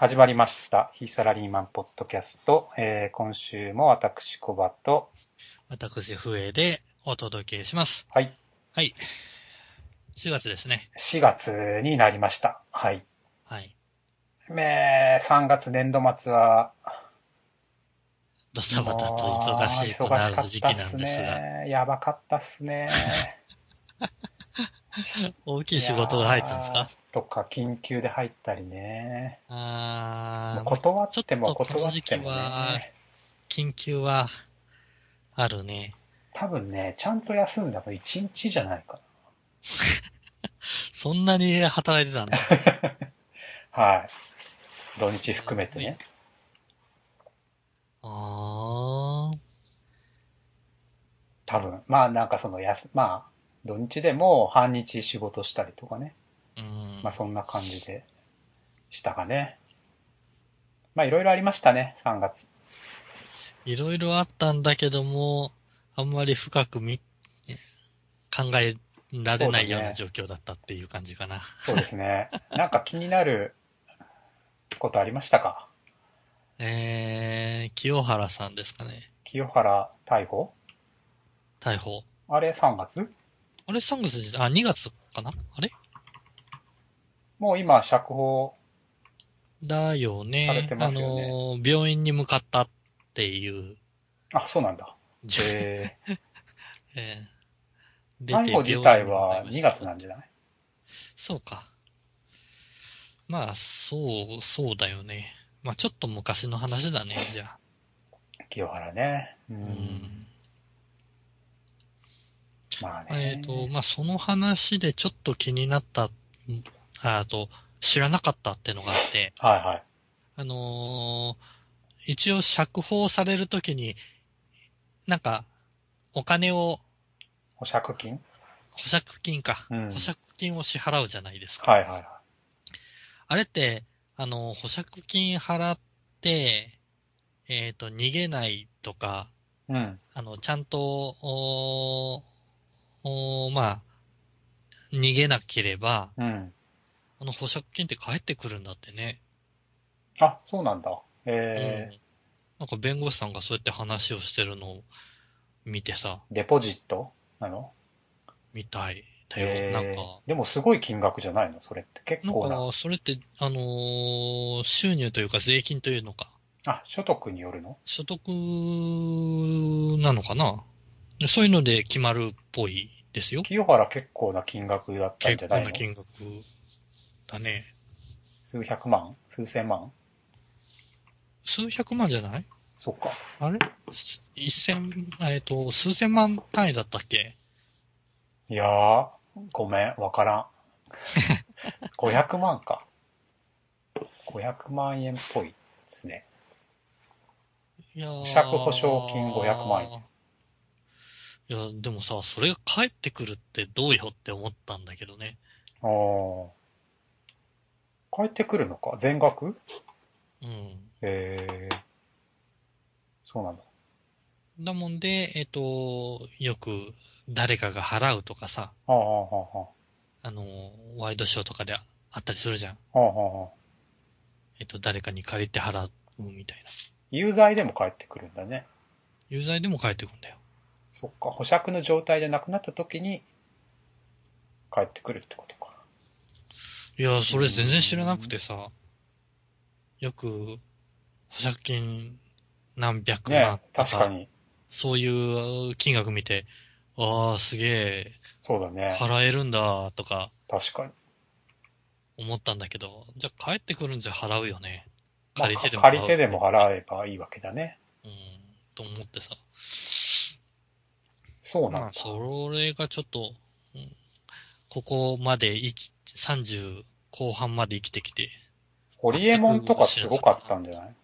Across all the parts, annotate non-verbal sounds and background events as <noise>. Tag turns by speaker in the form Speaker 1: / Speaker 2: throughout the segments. Speaker 1: 始まりました。非サラリーマンポッドキャスト。えー今週も私、小バと、
Speaker 2: 私、笛でお届けします。
Speaker 1: はい、
Speaker 2: はい。4月ですね。
Speaker 1: 4月になりました。はい。
Speaker 2: はい。
Speaker 1: ねえ3月年度末は、
Speaker 2: ドタバタと忙しいとなる時期なん
Speaker 1: もう忙
Speaker 2: で
Speaker 1: し
Speaker 2: す
Speaker 1: かったっ
Speaker 2: が、
Speaker 1: ね。やばかったっす
Speaker 2: <laughs>
Speaker 1: ね。
Speaker 2: 大きい仕事が入ったんです
Speaker 1: いや
Speaker 2: か
Speaker 1: ーとか、緊急で入ったりね。も
Speaker 2: あ
Speaker 1: う
Speaker 2: ー、
Speaker 1: 断っても
Speaker 2: ちょっとこ
Speaker 1: 断
Speaker 2: の
Speaker 1: っ
Speaker 2: 時期
Speaker 1: ても
Speaker 2: は
Speaker 1: ね。
Speaker 2: 緊急はあるね。
Speaker 1: 多分ね、ちゃんと休んだの1日じゃないか
Speaker 2: そんなに働いてた
Speaker 1: <laughs>
Speaker 2: んだ。
Speaker 1: な。はい。土日含めてね。
Speaker 2: あー、
Speaker 1: 多分。まあなんかその休、まあ、土日でも半日仕事したりとかね。
Speaker 2: うん
Speaker 1: まあ。そんな感じでしたかね。まあいろいろありましたね、3月。
Speaker 2: いろいろあったんだけども、あんまり深くみ考えられないような状況だったっていう感じかな。
Speaker 1: そうです
Speaker 2: <laughs>
Speaker 1: ね。なんか気になることありましたか
Speaker 2: えー、清原さんですかね。
Speaker 1: 清原逮捕
Speaker 2: 逮捕。
Speaker 1: あれ3月
Speaker 2: あれ、3月じゃ、あ、2月かなあれ
Speaker 1: もう今釈放、
Speaker 2: だよね。
Speaker 1: されてますよね
Speaker 2: あのー、病院に向かったっていう。
Speaker 1: あ、そうなんだ。
Speaker 2: じゅ
Speaker 1: え
Speaker 2: え
Speaker 1: ー、
Speaker 2: ー出
Speaker 1: 逮捕自体は2月
Speaker 2: な
Speaker 1: なんじゃない
Speaker 2: そうか。まあ、そう、そうだよね。まあ、ちょっと昔の話だね、じゃあ。
Speaker 1: 清原ね。う。
Speaker 2: うんん。
Speaker 1: まあね。
Speaker 2: えっ、と、まあ、その話でちょっと気になった、んああと、知らなかったってのがあって。
Speaker 1: はいはい。
Speaker 2: あのー一応釈放されるときに、なんか、お金を、
Speaker 1: 保釈金
Speaker 2: 保釈金か。
Speaker 1: うん
Speaker 2: 保釈金を支払うじゃないですか。
Speaker 1: はいはいはい。
Speaker 2: あれって、あのー保釈金払って、えっ、と、逃げないとか、
Speaker 1: うん。
Speaker 2: あの、ちゃんと、おーおーまあ、逃げなければ、
Speaker 1: うん。
Speaker 2: あの、保釈金って返ってくるんだってね。
Speaker 1: あ、そうなんだ。えー
Speaker 2: うんなんか弁護士さんがそうやって話をしてるのを見てさ、
Speaker 1: デポジットなの
Speaker 2: みたいだよ。
Speaker 1: えー
Speaker 2: なんか、
Speaker 1: でもすごい金額じゃないのそれって結構
Speaker 2: な
Speaker 1: な。
Speaker 2: んか、それって、あのー収入というか税金というのか、
Speaker 1: あ、所得によるの
Speaker 2: 所得なのかなでそういうので決まるっぽいですよ。
Speaker 1: 清原結構な金額だったんじ
Speaker 2: 結
Speaker 1: ゃない
Speaker 2: 構な
Speaker 1: の
Speaker 2: 金額だね。
Speaker 1: 数百万数千万
Speaker 2: 数百万じゃない
Speaker 1: そっか。
Speaker 2: あれす一千、えっ、と、数千万単位だったっけ
Speaker 1: いやー、ごめん、わ
Speaker 2: <laughs>
Speaker 1: からん。500万か。500万円っぽいですね。
Speaker 2: いやー
Speaker 1: 保釈保証金500万
Speaker 2: いや、でもさ、それが返ってくるってどうよって思ったんだけどね。
Speaker 1: おー。返ってくるのか全額
Speaker 2: うん。
Speaker 1: えー。そうなんだ。
Speaker 2: だもんで、えっ、と、よく誰かが払うとかさ、
Speaker 1: あーあー、あー
Speaker 2: あの、ワイドショーとかであったりするじゃん。
Speaker 1: あー、あーあー。
Speaker 2: えっ、と、誰かに借りて払うみたいな。
Speaker 1: 有罪でも返ってくるんだね。
Speaker 2: 有罪でも返ってくんだよ。
Speaker 1: そっか、保釈の状態でなくなった時に、帰ってくるってことか。
Speaker 2: いや、それ全然知らなくてさ、よく、保釈金何百万
Speaker 1: ね
Speaker 2: と
Speaker 1: 確か
Speaker 2: か、
Speaker 1: に。
Speaker 2: そういう金額見て、ああ、すげ
Speaker 1: そうだ
Speaker 2: え、
Speaker 1: ね。
Speaker 2: 払えるんだ、とか
Speaker 1: 確かに。
Speaker 2: 思ったんだけど、じゃあ返ってくるんじゃ払うよね。
Speaker 1: まあ
Speaker 2: 借りてでも
Speaker 1: 借り
Speaker 2: 払
Speaker 1: て
Speaker 2: う
Speaker 1: でも払えばいいわけだね。
Speaker 2: うん、と思ってさ。
Speaker 1: そうな
Speaker 2: ま
Speaker 1: ん
Speaker 2: あ、
Speaker 1: だ。
Speaker 2: それがちょっと、うんここまで生き、30後半まで生きてきて、
Speaker 1: ホリエモンとかすごかったんじゃない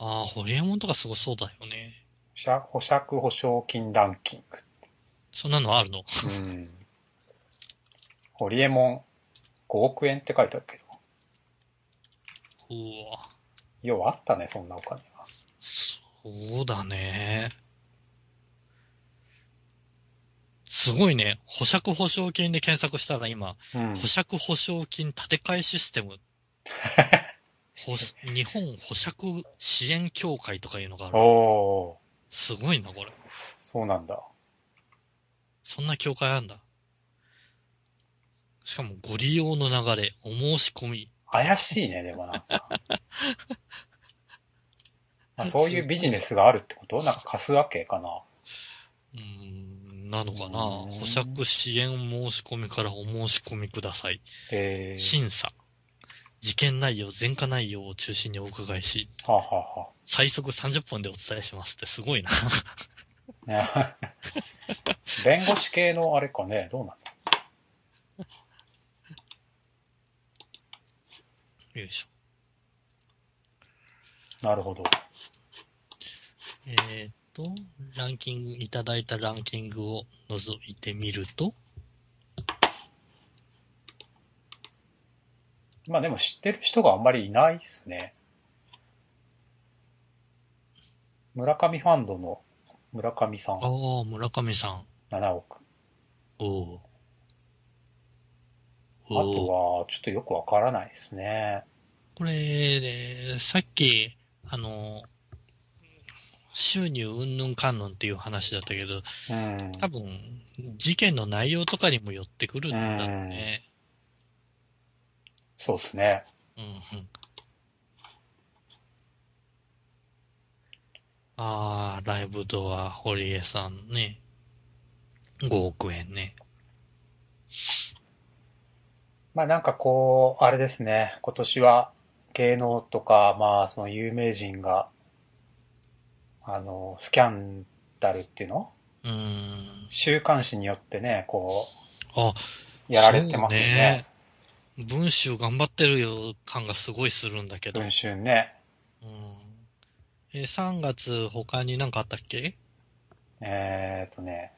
Speaker 2: ああ、ホリエモンとかすごそうだよね。
Speaker 1: 保釈保釈保証金ランキン
Speaker 2: そんなのあるの
Speaker 1: グ。うん。ホリエモン、5億円って書いてあるけど。
Speaker 2: うわ、
Speaker 1: ようあったね、そんなお金が。
Speaker 2: そうだね。すごいね。保釈保証金で検索したら今、
Speaker 1: うん <laughs>
Speaker 2: 保。釈保証金立て替えシステム。ほし日本保釈支援協会とかいうのがあ
Speaker 1: お
Speaker 2: る。
Speaker 1: お
Speaker 2: すごいな、これ。
Speaker 1: ー、そうなんだ。
Speaker 2: そんな協会あんだ。しかも、ご利用の流れ、お申し込み。
Speaker 1: 怪しいね、でも
Speaker 2: <laughs>
Speaker 1: なんか。あそういうビジネスがあるってことなんか貸すわけかな。
Speaker 2: うーん、なのかな
Speaker 1: うん
Speaker 2: 保釈支援申し込みからお申し込みください。
Speaker 1: えー、
Speaker 2: 審査。事件内容、前科内容を中心にお伺いし、
Speaker 1: はあ、は
Speaker 2: 最速30分でお伝えしますってすごいな。
Speaker 1: あはあ、ね <laughs> 弁護士系のあれかね、どうなんだ
Speaker 2: よいしょ。
Speaker 1: なるほど。
Speaker 2: えーっと、ランキング、いただいたランキングを覗いてみると、
Speaker 1: まあでも知ってる人があんまりいないですね。村上ファンドの村上さん
Speaker 2: あ、あ、村上さん。
Speaker 1: 7億。
Speaker 2: おー
Speaker 1: あとは、ちょっとよくわからないですね。
Speaker 2: これ、ね、さっき、あの、収入云々観音っていう話だったけど、
Speaker 1: うん。
Speaker 2: 多分、事件の内容とかにも寄ってくるんだろうね。
Speaker 1: そうですね。
Speaker 2: うん、うん。あー、ライブドア、堀江さんね。5億円ね。
Speaker 1: まあなんかこう、あれですね、今年は芸能とか、まあその有名人が、あの、スキャンダルっていうの
Speaker 2: うーん。
Speaker 1: 週刊誌によってね、こ
Speaker 2: あ、
Speaker 1: う、やられてますよね。
Speaker 2: そうね。文集頑張ってるよ感がすごいするんだけど。
Speaker 1: 文春ね。
Speaker 2: うんえー、3月他に何かあったっけ
Speaker 1: えーっとね、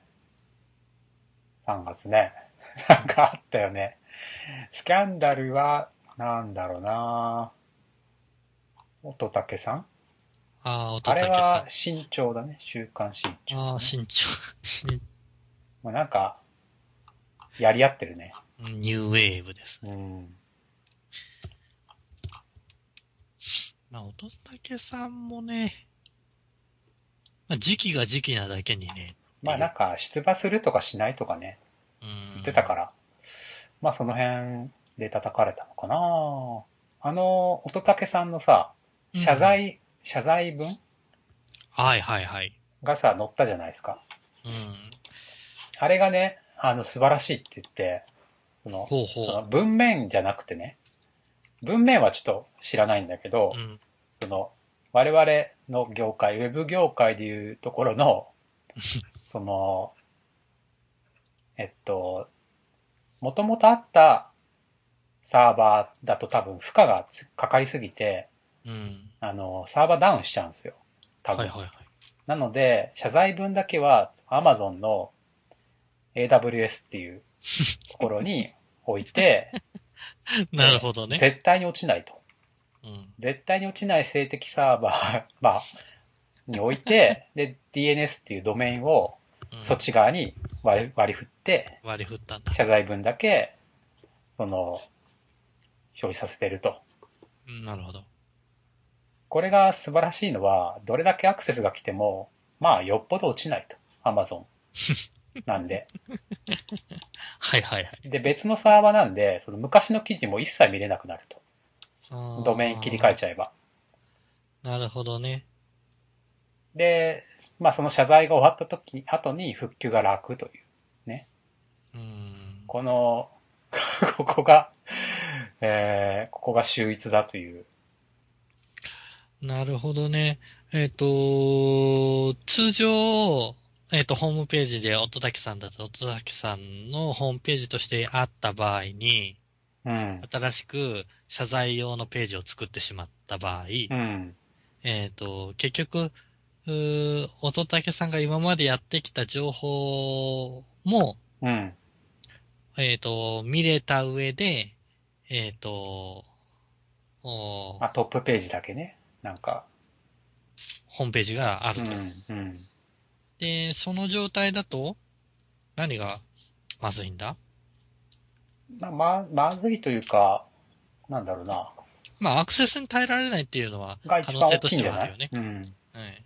Speaker 1: 3月ね。 <laughs> なんかあったよね。スキャンダルは、なんだろうな乙武さん
Speaker 2: ああ、音
Speaker 1: あ
Speaker 2: 竹
Speaker 1: れ
Speaker 2: さん。
Speaker 1: は新潮だね。週刊新潮、
Speaker 2: ああ、身長。身
Speaker 1: もうなんか、やり合ってるね。
Speaker 2: ニューウェーブです。
Speaker 1: うん。
Speaker 2: まあ、音竹さんもね、まあ、時期が時期なだけにね、
Speaker 1: まあなんか、出馬するとかしないとかね、
Speaker 2: うん。
Speaker 1: 言ってたから、まあその辺で叩かれたのかなあの、乙武さんのさ、
Speaker 2: うん
Speaker 1: 謝罪、謝罪文
Speaker 2: はいはいはい。
Speaker 1: がさ、載ったじゃないですか。
Speaker 2: うん。
Speaker 1: あれがね、あの、素晴らしいって言って、その、
Speaker 2: ほうほ。
Speaker 1: そうの文面じゃなくてね、文面はちょっと知らないんだけど、
Speaker 2: うん。
Speaker 1: その、我々の業界、ウェブ業界でいうところ
Speaker 2: <laughs>
Speaker 1: の、その、えっと、もともとあったサーバーだと多分負荷がつかかりすぎて、
Speaker 2: うん。
Speaker 1: あの、サーバーダウンしちゃうんですよ。多
Speaker 2: はい
Speaker 1: 分。
Speaker 2: はいはい。 <laughs>
Speaker 1: なので、謝罪文だけは Amazon の AWS っていうところに置い
Speaker 2: <laughs>
Speaker 1: て、
Speaker 2: なるほどね。
Speaker 1: 絶対に落ちないと。
Speaker 2: うん。
Speaker 1: 絶対に落ちない性的サーバー、 <laughs> まあ、に置いて、で、DNS っていうドメインを
Speaker 2: うん
Speaker 1: そっ。ち側に割り割り振って、
Speaker 2: 割り振ったんだ。
Speaker 1: 謝罪文だけ、その、表示させてると。
Speaker 2: うん、なるほど。
Speaker 1: これが素晴らしいのは、どれだけアクセスが来ても、まあ、よっぽど落ちないと。Amazon。なんで。
Speaker 2: はいはいはい。
Speaker 1: で、別のサーバーなんで、その昔の記事も一切見れなくなると。
Speaker 2: あー
Speaker 1: ドメイン切り替えちゃえば。
Speaker 2: なるほどね。
Speaker 1: で、まあ、その謝罪が終わった時、後に復旧が楽という。
Speaker 2: うん。
Speaker 1: この、 <laughs> ここが、えー、ここが秀逸だという。
Speaker 2: なるほどね。えっ、と、通常、えっ、と、ホームページで音竹さんだったら音竹さんのホームページとしてあった場合に、
Speaker 1: うん。
Speaker 2: 新しく謝罪用のページを作ってしまった場合、
Speaker 1: うん。
Speaker 2: えっ、と、結局、うー音竹さんが今までやってきた情報も、
Speaker 1: うん。
Speaker 2: えっ、と、見れた上で、えっ、と、おー
Speaker 1: あ、トップページだけね。なんか。
Speaker 2: ホームページがあ
Speaker 1: う
Speaker 2: ると。
Speaker 1: ん。うん。
Speaker 2: で、その状態だと、何がまずいんだ
Speaker 1: まあ、ま、まずいというか、なんだろうな。
Speaker 2: まあ、アクセスに耐えられないっていうのは、
Speaker 1: が
Speaker 2: 可
Speaker 1: 一
Speaker 2: 能
Speaker 1: 番
Speaker 2: 性
Speaker 1: 大
Speaker 2: と
Speaker 1: き
Speaker 2: し
Speaker 1: いんじ
Speaker 2: て
Speaker 1: ゃ
Speaker 2: はあ
Speaker 1: な
Speaker 2: るよ
Speaker 1: い
Speaker 2: ね。
Speaker 1: うん。
Speaker 2: はい。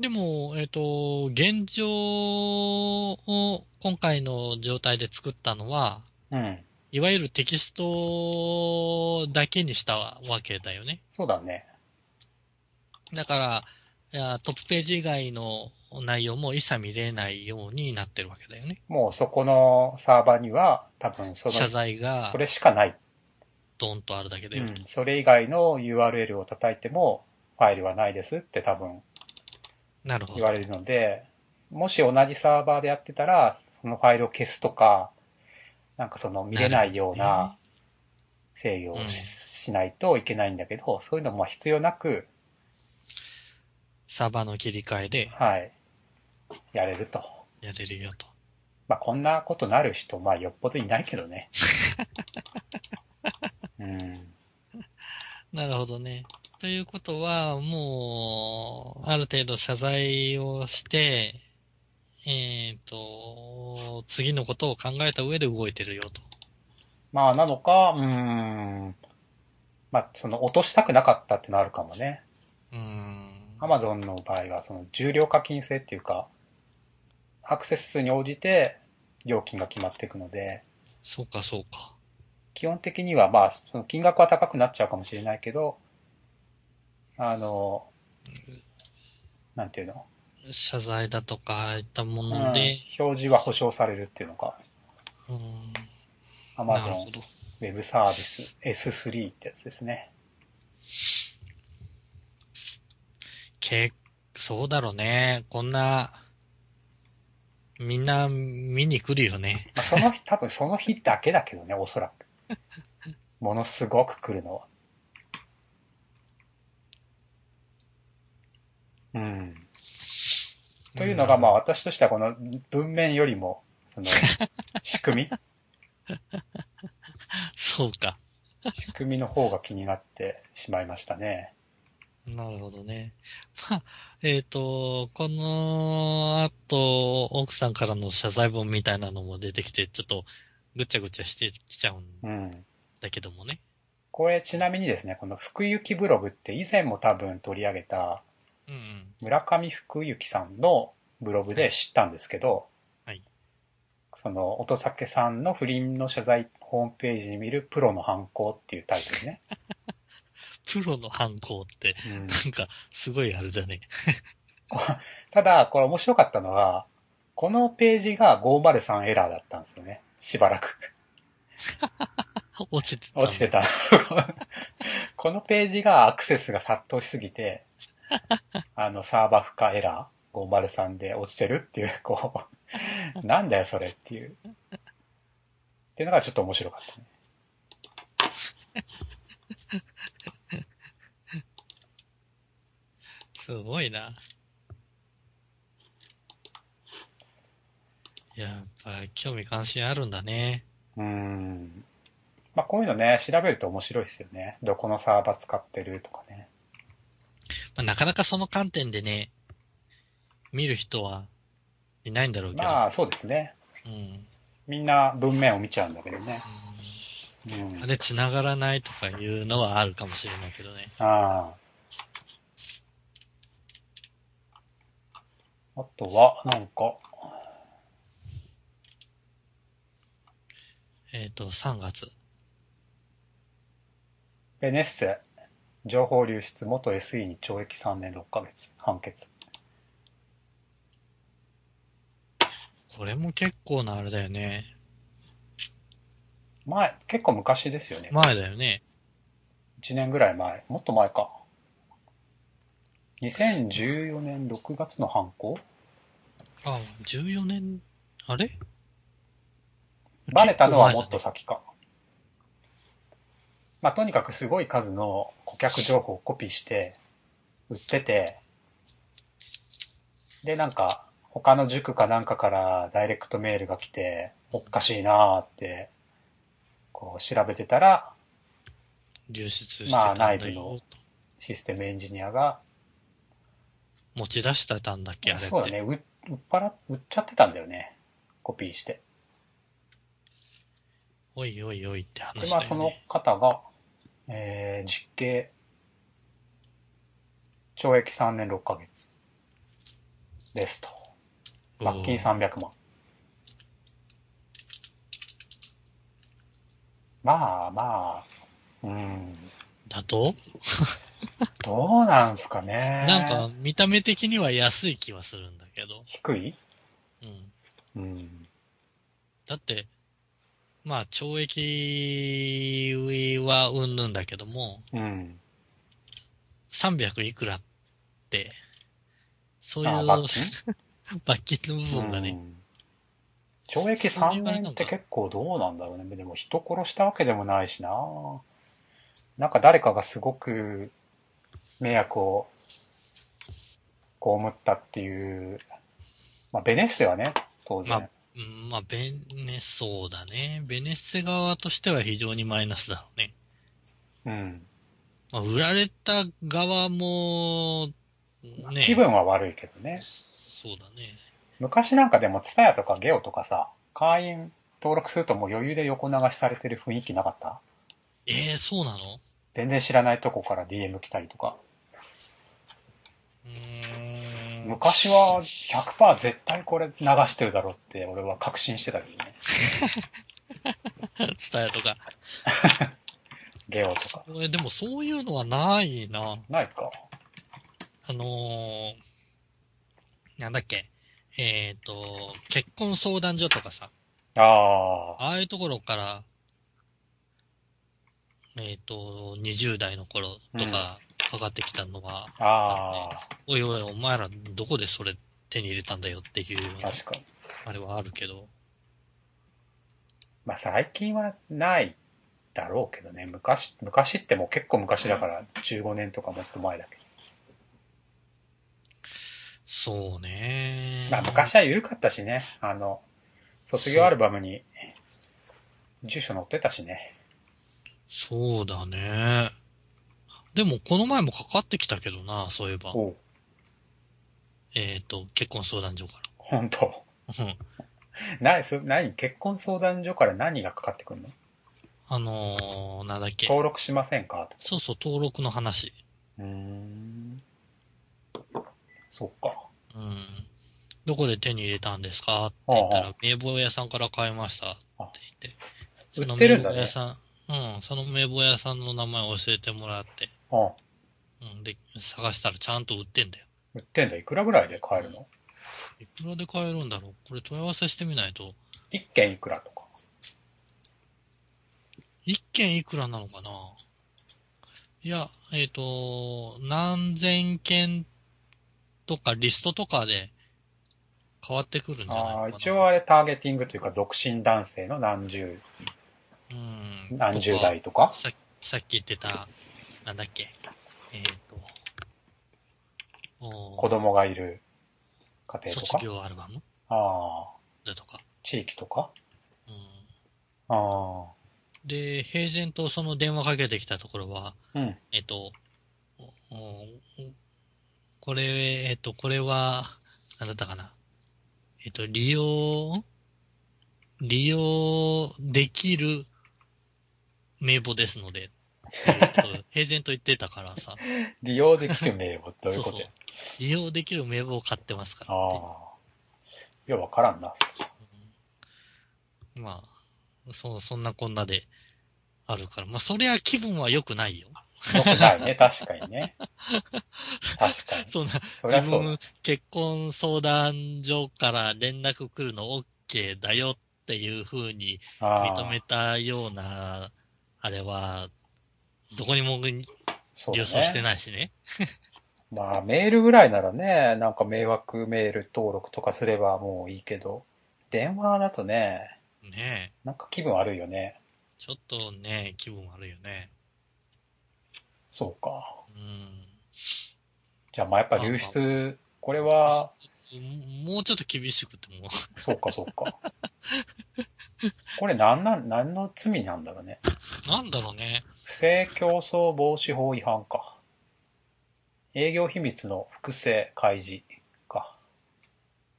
Speaker 2: でも、えっ、と、現状を今回の状態で作ったのは、
Speaker 1: うん。
Speaker 2: いわゆるテキストだけにしたわけだよね。
Speaker 1: そうだね。
Speaker 2: だからいや、トップページ以外の内容も一切見れないようになってるわけだよね。
Speaker 1: もうそこのサーバーには多分そ
Speaker 2: 謝
Speaker 1: の、
Speaker 2: 罪が
Speaker 1: それしかない。
Speaker 2: ドンとあるだけだ
Speaker 1: う
Speaker 2: よ。
Speaker 1: ん。それ以外の URL を叩いてもファイルはないですって多分
Speaker 2: なるほ
Speaker 1: 言
Speaker 2: ど。
Speaker 1: われるので、もし同じサーバーでやってたら、そのファイルを消すとか、なんかその見れないような制御をし,、
Speaker 2: うん
Speaker 1: ないといけないんだけど、そういうのもまあ必要なく、
Speaker 2: サーバーの切り替えで
Speaker 1: はい、やれると。
Speaker 2: やれるよと。
Speaker 1: まあこんなことなる人、まあよっぽどいないけどね。うん。
Speaker 2: なるほどね。ということは、もう、ある程度謝罪をして、えっ、と、次のことを考えた上で動いてるよと。
Speaker 1: まあなのか、うん。まあその落としたくなかったってのはあるかもね。
Speaker 2: うーん。
Speaker 1: アマゾンの場合は、その重量課金制っていうか、アクセス数に応じて料金が決まっていくので、
Speaker 2: そうか、そうか。
Speaker 1: 基本的には、まあ、その金額は高くなっちゃうかもしれないけど、あの、なんていうの、
Speaker 2: 謝罪だとか、ああいったも
Speaker 1: うん
Speaker 2: ので、
Speaker 1: 表示は保証されるっていうのか、
Speaker 2: うーん。
Speaker 1: アマ
Speaker 2: な
Speaker 1: ゾ
Speaker 2: る
Speaker 1: ン
Speaker 2: ほど。
Speaker 1: ウェブサービス S3 ってやつですね。
Speaker 2: け、そうだろうね。こんな、みんな見に来るよね。
Speaker 1: まあ、その日、多分その日だけだけどね、おそらく。 <laughs> ものすごく来るのは。うん。というのが、まあ私としてはこの文面よりも、その、仕組み
Speaker 2: あ。そうか。
Speaker 1: 仕組みの方が気になってしまいましたね。
Speaker 2: なるほどね。 <laughs> まあ、えっ、と、この後、奥さんからの謝罪文みたいなのも出てきて、ちょっとぐちゃぐちゃしてきちゃうん
Speaker 1: うん。
Speaker 2: だけどもね。こ
Speaker 1: これちなみにですね、この福行ブログって以前も多分取り上げた
Speaker 2: うんうん。
Speaker 1: 村上福行さんのブログで知ったんですけど、
Speaker 2: はい
Speaker 1: その音酒さんの不倫の謝罪ホームページに見るプロの犯行っていうタイトルね。
Speaker 2: プロの犯行って、
Speaker 1: うん
Speaker 2: なんか、すごいあれ
Speaker 1: <laughs>
Speaker 2: だね。
Speaker 1: ただ、これ面白かったのは、このページが503エラーだったんですよね。しばらく。
Speaker 2: 落ちてた。
Speaker 1: 落ちて。た。 <laughs> このページがアクセスが殺到しすぎて、 <laughs> あの、サーバー負荷エラー503で落ちてるっていう、こう、なんだよそれっていう。っていうのがちょっと面白かったね。
Speaker 2: すごいな。やっぱ、興味関心あるんだね。
Speaker 1: うーん。まあこういうのね、調べると面白いですよね。どこのサーバー使ってるとかね。
Speaker 2: まあ、なかなかその観点でね、見る人はいないんだろうけど。
Speaker 1: まあそうですね。
Speaker 2: うん。
Speaker 1: みんな文面を見ちゃうんだけどね。うん
Speaker 2: あ。れ繋がらないとかいうのはあるかもしれないけどね。
Speaker 1: ああ。あとは、なんか、
Speaker 2: えっ、と、3月。
Speaker 1: ベネッセ、情報流出元 SE に懲役3年6ヶ月、判決。
Speaker 2: これも結構なあれだよね。
Speaker 1: 前、結構昔ですよね。
Speaker 2: 前だよね。
Speaker 1: 1年ぐらい前。もっと前か。2014年6月の犯行
Speaker 2: あ、14年、あれ
Speaker 1: バレたのはもっと先か。まあ、とにかくすごい数の顧客情報をコピーして、売ってて、で、なんか、他の塾かなんかからダイレクトメールが来て、おかしいなーって、こう調べてたら、
Speaker 2: 流出してたん
Speaker 1: まあ
Speaker 2: だ
Speaker 1: 内部の
Speaker 2: よ。
Speaker 1: システムエンジニアが、
Speaker 2: 持ち出してたんだっけあれって。
Speaker 1: そうだね、売売っ払っ、売っちゃってたんだよね。コピーして。
Speaker 2: おいおいおいって
Speaker 1: で、
Speaker 2: 話だよ、
Speaker 1: まあ
Speaker 2: ね。
Speaker 1: その方が、えー実刑、懲役3年6ヶ月ですと。罰金300万。まあまあ、うん、
Speaker 2: だと
Speaker 1: どうなんすかね。
Speaker 2: なんか、見た目的には安い気はするんだけど。
Speaker 1: 低い
Speaker 2: うん。
Speaker 1: うん。
Speaker 2: だって、まあ、懲役はうんぬんだけども、
Speaker 1: うん。
Speaker 2: 300いくらって、そうい
Speaker 1: ああ、
Speaker 2: う
Speaker 1: 罰金
Speaker 2: 罰金の部分がね、
Speaker 1: うん懲役3年って結構どうなんだろうね。でも人殺したわけでもないしな。なんか誰かがすごく迷惑を被ったっていう、まあベネッセはね、当然。
Speaker 2: まうん、まあ、ベネ、そうだね。ベネッセ側としては非常にマイナスだろうね。
Speaker 1: うん。
Speaker 2: まあ、売られた側も、ね。
Speaker 1: 気分は悪いけどね。
Speaker 2: そうだね。
Speaker 1: 昔なんかでもツタヤとかゲオとかさ、会員登録するともう余裕で横流しされてる雰囲気なかった
Speaker 2: ええそうなの
Speaker 1: 全然知らないとこから DM 来たりとか。
Speaker 2: うーん。
Speaker 1: 昔は100%絶対これ流してるだろうって俺は確信してたけどね。
Speaker 2: ツタヤとか。
Speaker 1: ゲオとか。
Speaker 2: えでもそういうのはないな。
Speaker 1: ないか。
Speaker 2: あのー、なんだっけ。えっ、と、結婚相談所とかさ、
Speaker 1: ああ。
Speaker 2: ああいうところから、えっ、と、20代の頃とかかかってきたのは、
Speaker 1: ああ。
Speaker 2: おいおい、お前らどこでそれ手に入れたんだよっていう、
Speaker 1: 確かに。
Speaker 2: あれはあるけど。
Speaker 1: まあ最近はないだろうけどね。昔、昔ってもう結構昔だから15年とかもっと前だけ
Speaker 2: そうね
Speaker 1: ど。。まあ昔は緩かったしね。あの、卒業アルバムに住所載ってたしね。
Speaker 2: そうだね。でも、この前もかかってきたけどな、そういえば。
Speaker 1: おう
Speaker 2: えっ、と、結婚相談所か
Speaker 1: ほんと。
Speaker 2: ら。うん
Speaker 1: <laughs> なそ何結婚相談所から何がかかってくるの
Speaker 2: あのー、なんだっけ。
Speaker 1: 登録しませんかと
Speaker 2: そうそう、登録の話。
Speaker 1: うーん。そっか。
Speaker 2: うん。どこで手に入れたんですかって言った
Speaker 1: あ
Speaker 2: ら、名簿屋さんから買いましたって言って。そ
Speaker 1: 売
Speaker 2: の
Speaker 1: って
Speaker 2: 名
Speaker 1: るん
Speaker 2: 簿
Speaker 1: だね
Speaker 2: 屋。さん、うん、その名簿屋さんの名前を教えてもらって、
Speaker 1: うん。
Speaker 2: うん、で、探したらちゃんと売ってんだよ。
Speaker 1: 売ってんだ。いくらぐらいで買えるの
Speaker 2: いくらで買えるんだろうこれ問い合わせしてみないと。
Speaker 1: 一件いくらとか。
Speaker 2: 一件いくらなのかないや、えっ、と、何千件とかリストとかで変わってくるんじゃないのか
Speaker 1: あ
Speaker 2: な
Speaker 1: あ、一応あれターゲティングというか、独身男性の何十、
Speaker 2: うん。
Speaker 1: 何十
Speaker 2: とか
Speaker 1: 代とか。
Speaker 2: ささっき言ってた、なんだっけ。えっ、と、おー
Speaker 1: 子供がいる家庭とか
Speaker 2: 卒。業アルバム
Speaker 1: ああ、
Speaker 2: だとか。
Speaker 1: 地域とか。
Speaker 2: うん、
Speaker 1: あ
Speaker 2: で、平然とその電話かけてきたところは、
Speaker 1: あ、うん。
Speaker 2: えっと、おおこれ、えっと、これは、なんだったかな。えっと、利用、利用できる名簿です
Speaker 1: <laughs>
Speaker 2: ので、そう平然と言ってたからさ、
Speaker 1: 利用できる名簿どういうこと
Speaker 2: そうそう利用できる名簿を買ってますからって
Speaker 1: ああ。ようわからんな。
Speaker 2: うんまあ、そう、そんなこんなであるから、まあ、そりゃ気分は良くないよ。
Speaker 1: よくない
Speaker 2: <laughs>
Speaker 1: ね。確かにね。確かに。
Speaker 2: そんな、
Speaker 1: そりゃ
Speaker 2: 自
Speaker 1: そうだ
Speaker 2: 分。、結婚相談所から連絡来るの OK だよっていう風に
Speaker 1: あ
Speaker 2: 認
Speaker 1: あ
Speaker 2: めたような、あれは、どこにも
Speaker 1: そうだ
Speaker 2: 予
Speaker 1: ね
Speaker 2: 想してないしね。
Speaker 1: まあ、メールぐらいならね、なんか迷惑メール登録とかすればもういいけど、電話だとね、
Speaker 2: ねえ。
Speaker 1: なんか気分悪いよね。
Speaker 2: ちょっとね、気分悪いよね。
Speaker 1: そうか。
Speaker 2: うん。
Speaker 1: じゃあ、まあやっぱ流出、これは、
Speaker 2: もうちょっと厳しくても、 <laughs>
Speaker 1: そうかそうか。これなんなん、何の罪なんだろうね。
Speaker 2: なんだろうね。
Speaker 1: 不正競争防止法違反か。営業秘密の複製開示か。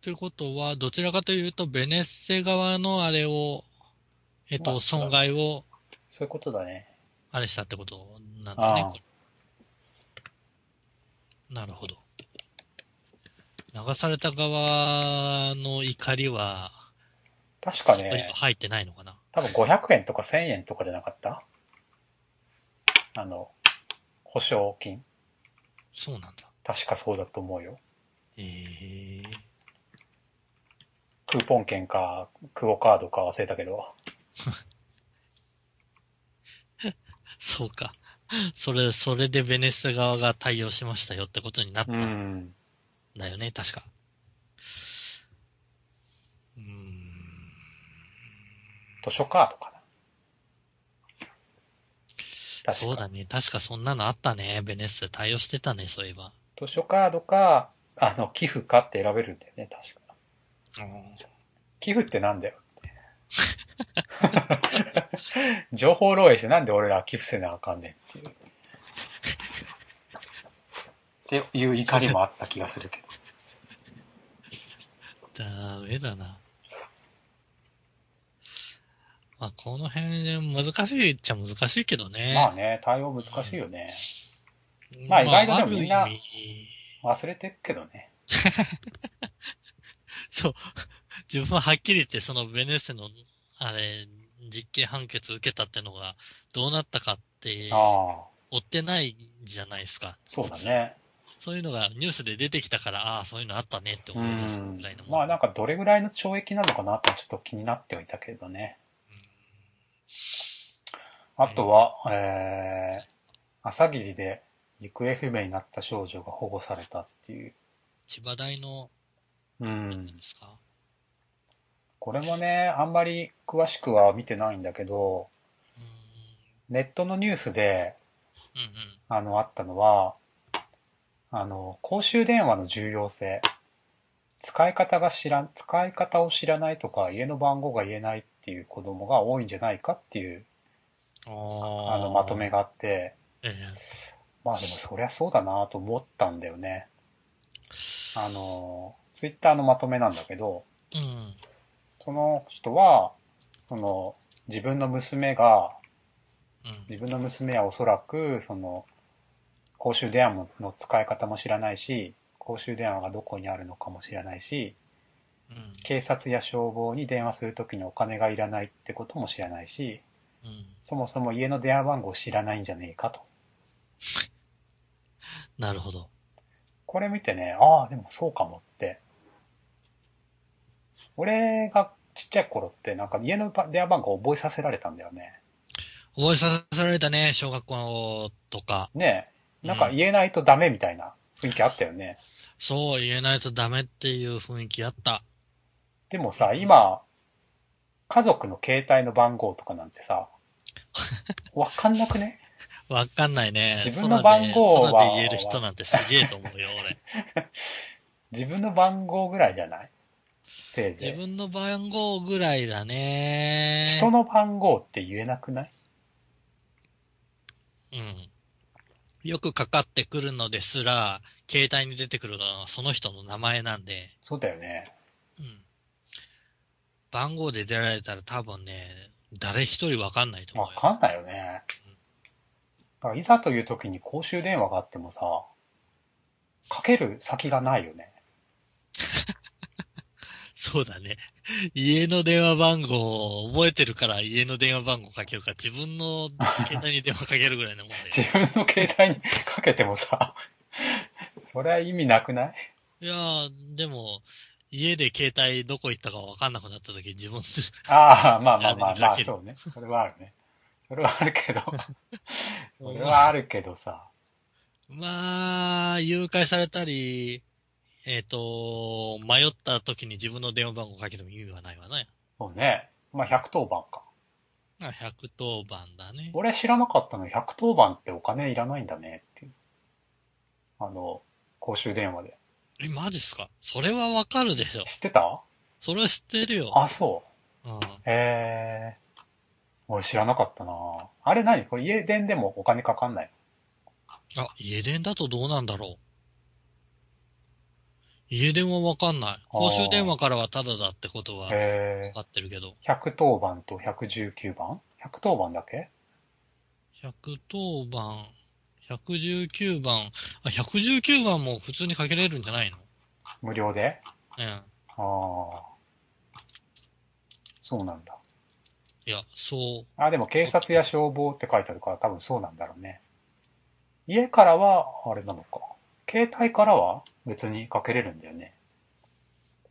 Speaker 2: ということは、どちらかというと、ベネッセ側のあれを、えっ
Speaker 1: ま
Speaker 2: と、
Speaker 1: あ
Speaker 2: 損害を、
Speaker 1: そういうことだね。
Speaker 2: あれしたってことなんだね
Speaker 1: ああ
Speaker 2: これなるほど。流された側の怒りは、
Speaker 1: 確か
Speaker 2: そこには
Speaker 1: ね、
Speaker 2: 入ってないのかな。
Speaker 1: 多分500円とか1000円とかじゃなかったあの、保証金。
Speaker 2: そうなんだ。
Speaker 1: 確かそうだと思うよ。
Speaker 2: ええ
Speaker 1: クーポン券か、クオカードか忘れたけど。
Speaker 2: そうか。それ、それでベネッセ側が対応しましたよってことになった
Speaker 1: うんん。
Speaker 2: だよね、確か。うーん。
Speaker 1: 図書カードかな。確か
Speaker 2: そうだね。確かそんなのあったね。ベネッセ対応してたね、そういえば。
Speaker 1: 図書カードか、あの、寄付かって選べるんだよね、確か。寄付ってなんだよって。情報漏洩してなんで俺ら寄付せなあかんねんっていう。っていう怒りもあった気がするけど。
Speaker 2: ダメだな。まあ、この辺で難しいっちゃ難しいけどね。
Speaker 1: まあね、対応難しいよね。まあ意外とでもみんな
Speaker 2: ある意味
Speaker 1: 忘れてるけどね。
Speaker 2: そう。 <laughs> 自分ははっきり言って、そのベネッセの、あれ、実刑判決受けたってのが、どうなったかって、
Speaker 1: ああ、
Speaker 2: 追ってないじゃないですか。
Speaker 1: そうだ。ね。
Speaker 2: そういうのがニュースで出てきたから、ああ、そういうのあったねって
Speaker 1: う
Speaker 2: 思い出す
Speaker 1: ん
Speaker 2: ぐらいの。もん
Speaker 1: まあなんかどれぐらいの懲役なのかなってちょっと気になってはいたけどね。あとは、えー、朝霧で行方不明になった少女が保護されたっていう。
Speaker 2: 千葉大の
Speaker 1: う
Speaker 2: やつ
Speaker 1: ん
Speaker 2: で。すか、
Speaker 1: これもね、あんまり詳しくは見てないんだけど、
Speaker 2: うん、
Speaker 1: ネットのニュースで、
Speaker 2: うんうん。
Speaker 1: あの、あったのは、あの、公衆電話の重要性。使い方が知らん、使い方を知らないとか、家の番号が言えないっていう子供が多いんじゃないかっていう、
Speaker 2: あ
Speaker 1: あ
Speaker 2: ー
Speaker 1: の、まとめ。があって、
Speaker 2: え
Speaker 1: まあでもそりゃそうだなと思ったんだよね。あの、ツイッターのまとめなんだけど、
Speaker 2: えうん。
Speaker 1: その人は、その、自分の娘が、
Speaker 2: うん。
Speaker 1: 自分の娘はおそらく、その、公衆電話の使い方も知らないし、公衆電話がどこにあるのかも知らないし、
Speaker 2: うん。
Speaker 1: 警察や消防に電話するときにお金がいらないってことも知らないし、
Speaker 2: うん。
Speaker 1: そもそも家の電話番号を知らないんじゃねえかと。
Speaker 2: なるほど。
Speaker 1: これ見てね、ああ、でもそうかもって。俺がちっちゃい頃って、なんか家のば電話番号覚えさせられたんだよね。
Speaker 2: 覚えさせられたね、小学校とか。
Speaker 1: ねえ。なんか
Speaker 2: うん
Speaker 1: 言えないとダメみたいな雰囲気あったよね。
Speaker 2: そう、言えないとダメっていう雰囲気あった。
Speaker 1: でもさ、今、家族の携帯の番号とかなんて
Speaker 2: <laughs>
Speaker 1: さ、わかんなくね
Speaker 2: わかんないね。
Speaker 1: 自分の番号は
Speaker 2: 空で空で言える人なんてすげえと思うよ、
Speaker 1: <laughs>
Speaker 2: 俺。
Speaker 1: 自分の番号ぐらいじゃないせい
Speaker 2: 自
Speaker 1: ぜ
Speaker 2: 分の番号ぐらいだ
Speaker 1: い。
Speaker 2: ね。
Speaker 1: 人の番号って言えなくない
Speaker 2: うん。よくかかってくるのですら、携帯に出てくるのはその人の名前なんで、
Speaker 1: そうだよね。
Speaker 2: うん。番号で出られたら多分ね、誰一人わかんないと思
Speaker 1: わ
Speaker 2: うよ。
Speaker 1: かんないよね。だからいざという時に公衆電話があってもさ、かける先がないよね。
Speaker 2: そうだね。 <laughs> 家の電話番号を覚えてるから家の電話番号かけるか、自分の携帯に電話かけるぐらいのもんだよ。
Speaker 1: <laughs> 自分の携帯に <laughs> かけてもさ、それは意味なくない
Speaker 2: いやー、でも、家で携帯どこ行ったかわかんなくなった時、自分で、
Speaker 1: ああ、まあまあまあ
Speaker 2: いや
Speaker 1: まあ、
Speaker 2: で
Speaker 1: そ
Speaker 2: も
Speaker 1: うね。それはあるね。それはあるけど、それはあるけどさ、
Speaker 2: <laughs> まあ、誘拐されたり、えっ、と、迷った時に自分の電話番号かけても意味はないわね。
Speaker 1: そうね。まあ110番か。
Speaker 2: まあ、110番だね。
Speaker 1: 俺知らなかったの110番ってお金いらないんだねっていう。あの、公衆電話で。
Speaker 2: え、マジっすかそれはわかるでしょ。
Speaker 1: 知ってた
Speaker 2: それは知ってるよ。
Speaker 1: あ、そう。
Speaker 2: う
Speaker 1: へ
Speaker 2: ん。
Speaker 1: え。俺知らなかったなあれ何これ家電でもお金かかんない
Speaker 2: あ、家電だとどうなんだろう。家電はわかんない。公衆電話からはタダだってことはわ
Speaker 1: へえ。
Speaker 2: かってるけど。
Speaker 1: 110番と119番 ?110 番だけ
Speaker 2: 110番、119番、あ、119番も普通にかけれるんじゃないの
Speaker 1: 無料で
Speaker 2: え
Speaker 1: ああ。そうなんだ。
Speaker 2: え。いや、そう。
Speaker 1: あ、でも警察や消防って書いてあるから多分そうなんだろうね。家からは、あれなのか。携帯からは別にかけれるんだよね。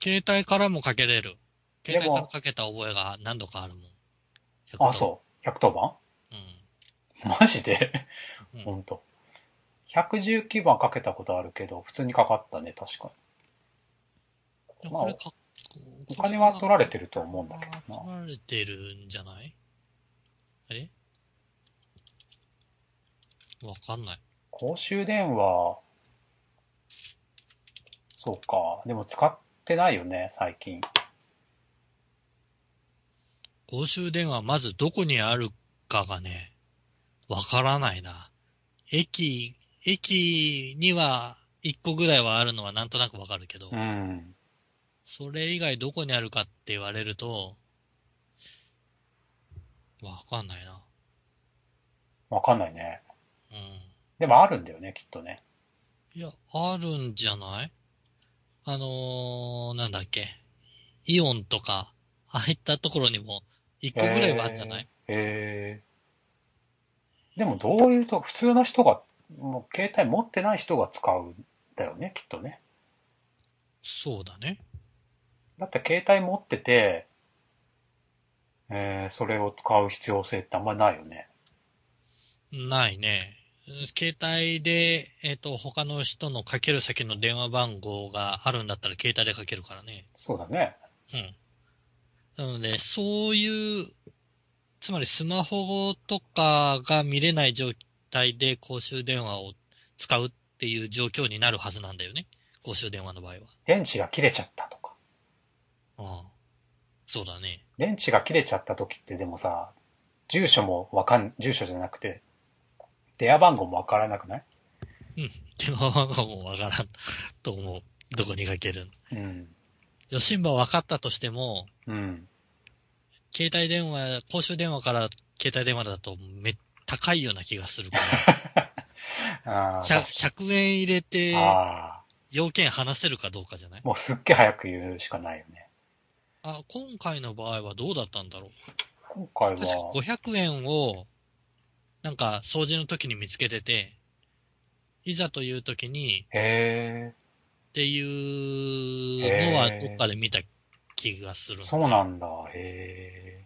Speaker 2: 携帯からもかけれる。
Speaker 1: でも
Speaker 2: 携帯からかけた覚えが何度かあるもん。
Speaker 1: あ、そう。110番 <laughs>
Speaker 2: う。
Speaker 1: マジで
Speaker 2: うん。
Speaker 1: ほんと。119番かけたことあるけど、普通にかかったね、確か
Speaker 2: いや
Speaker 1: まあ
Speaker 2: これか
Speaker 1: に。お金は取られてると思うんだけどな。
Speaker 2: 取られてるんじゃないあれわかんない。
Speaker 1: 公衆電話、そうか。でも使ってないよね、最近。
Speaker 2: 公衆電話、まずどこにあるかがね、わからないな。駅、駅には一個ぐらいはあるのはなんとなくわかるけど、
Speaker 1: うん。
Speaker 2: それ以外どこにあるかって言われると、わかんないな。
Speaker 1: わかんないね。
Speaker 2: うん。
Speaker 1: でもあるんだよね、きっとね。
Speaker 2: いや、あるんじゃないあのー、なんだっけ。イオンとか、ああいったところにも、一個ぐらいはあるじゃない、
Speaker 1: へえ。でもどういうと、普通の人が、もう携帯持ってない人が使うんだよね、きっとね。
Speaker 2: そうだね。
Speaker 1: だって携帯持ってて、えー、それを使う必要性ってあんまりないよね。
Speaker 2: ないね。携帯で、えっ、と、他の人のかける先の電話番号があるんだったら携帯でかけるからね。
Speaker 1: そうだね。
Speaker 2: うん。なので、そういう、つまりスマホとかが見れない状態で公衆電話を使うっていう状況になるはずなんだよね。公衆電話の場合は。
Speaker 1: 電池が切れちゃったとか。
Speaker 2: ああ。そうだね。
Speaker 1: 電池が切れちゃった時ってでもさ、住所もわかん、住所じゃなくて、電話番号もわからなくない
Speaker 2: 電話番号もわからんと思う。どこにかけるの。
Speaker 1: うん。
Speaker 2: よしんば分かったとしても、
Speaker 1: うん。
Speaker 2: 携帯電話、公衆電話から携帯電話だとめ高いような気がするから
Speaker 1: あ <laughs>
Speaker 2: 100,
Speaker 1: ー
Speaker 2: 100円入れて、
Speaker 1: あ
Speaker 2: 要件話せるかどうかじゃない
Speaker 1: ー、もうすっげえ早く言うしかないよね。
Speaker 2: あ、今回の場合はどうだったんだろう
Speaker 1: 今回
Speaker 2: 確
Speaker 1: は、
Speaker 2: か500円を、なんか掃除の時に見つけてて、いざという時に
Speaker 1: へ
Speaker 2: っていうのはどっかで見た気がする
Speaker 1: え、
Speaker 2: の。
Speaker 1: そうなんだ、へ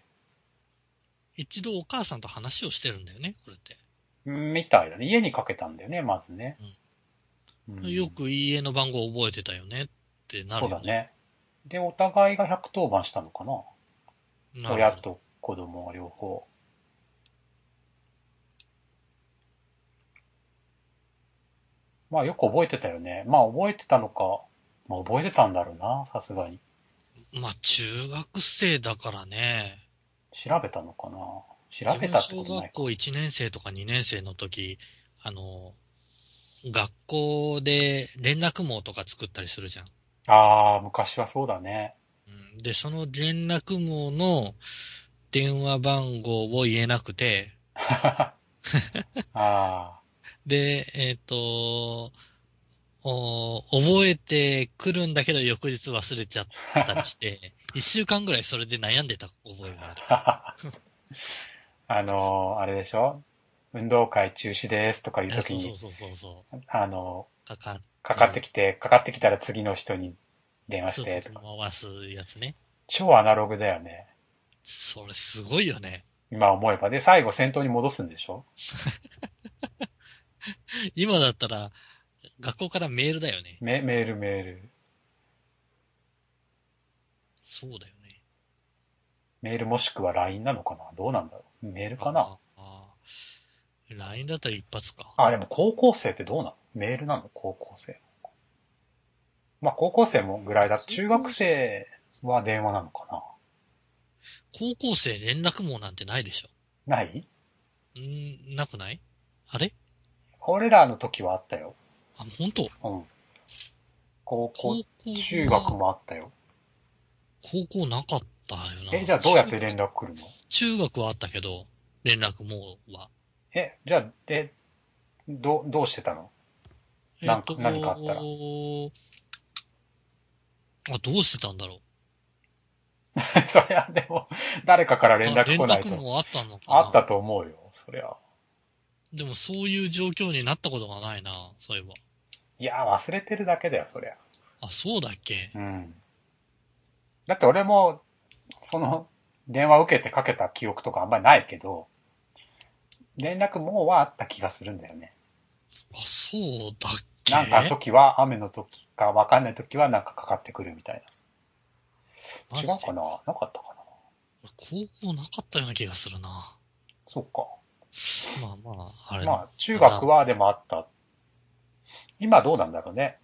Speaker 2: 一度お母さんと話をしてるんだよね、これって。
Speaker 1: え。みたいだね。家にかけたんだよね、まずね。うん
Speaker 2: よく家の番号覚えてたよねってなる
Speaker 1: そう
Speaker 2: よ
Speaker 1: だね。で、お互いが110番したのかな
Speaker 2: なる
Speaker 1: 親と子供が両方。まあよく覚えてたよね。まあ覚えてたのか、まあ覚えてたんだろうな、さすがに。
Speaker 2: まあ、中学生だからね。
Speaker 1: 調べたのかな調
Speaker 2: 自
Speaker 1: べ
Speaker 2: 分
Speaker 1: たってこ
Speaker 2: 小
Speaker 1: とない
Speaker 2: 学
Speaker 1: か。
Speaker 2: 校1年生とか2年生の時、あの、学校で連絡網とか作ったりするじゃん。
Speaker 1: ああ、昔はそうだ
Speaker 2: <laughs>
Speaker 1: ね。
Speaker 2: うんで、その連絡網の電話番号を言えなくて、
Speaker 1: あ
Speaker 2: で、えっ、と、お覚えてくるんだけど翌日忘れちゃったり
Speaker 1: <laughs>
Speaker 2: して、1週間ぐらいそれで悩んでた覚えがある。
Speaker 1: あ。あのーあれでしょ運動会中止ですとかいう時
Speaker 2: そ
Speaker 1: に
Speaker 2: うそう、そうそうそう。
Speaker 1: あの
Speaker 2: かかっ
Speaker 1: ーかかってきて、かかってきたら次の人に電話し
Speaker 2: そうそう
Speaker 1: て
Speaker 2: そ
Speaker 1: と
Speaker 2: う
Speaker 1: か。
Speaker 2: 回すやつね。
Speaker 1: 超アナログだよね。
Speaker 2: それすごいよね。
Speaker 1: 今思えば。で、最後戦闘に戻すんでしょ
Speaker 2: 今だったら、学校からメールだよね。
Speaker 1: メメールメール。
Speaker 2: そうだよね。
Speaker 1: メールもしくは LINE なのかなどうなんだろうメールかな
Speaker 2: ああ。LINE だったら一発か。
Speaker 1: あ、でも高校生ってどうなのメールなの高校生。まあ高校生もぐらいだ。中学生は電話なのか
Speaker 2: 高校生連絡網なんてないでしょ。
Speaker 1: なない
Speaker 2: んーなくないあれ
Speaker 1: 俺らの時はあったよ。
Speaker 2: あ、本当
Speaker 1: うん。高校
Speaker 2: 高、校。
Speaker 1: 中学。もあったよ。
Speaker 2: 高校なかったよな。
Speaker 1: え、じゃあどうやって連絡来るの
Speaker 2: 中学はあったけど、連絡網は。
Speaker 1: え、じゃあ、で、どう、どうしてたの <laughs> なん
Speaker 2: と
Speaker 1: 何かあったら
Speaker 2: あ、どうしてたんだろう。
Speaker 1: そりゃ、でも、誰かから連
Speaker 2: あ
Speaker 1: 絡来ない
Speaker 2: 連絡
Speaker 1: と。
Speaker 2: もあったのかな
Speaker 1: あったと思うよ、そりゃ。
Speaker 2: でもそういう状況になったことがないな、そういえば。
Speaker 1: いや、忘れてるだけだよ、そりゃ。
Speaker 2: あ、そうだっけ
Speaker 1: うん。だって俺も、その、電話受けてかけた記憶とかあんまりないけど、連絡もうはあった気がするんだよね。
Speaker 2: あ、そうだっけ
Speaker 1: なんか時は、雨の時か、わかんない時はなんかかかってくるみたいな。
Speaker 2: マ
Speaker 1: 違う
Speaker 2: ジで
Speaker 1: かななかったかな
Speaker 2: 高校なかったような気がするな。
Speaker 1: そっか。
Speaker 2: まあまあ、あれ、
Speaker 1: まあ、中学はでもあった。今どうなんだろうね。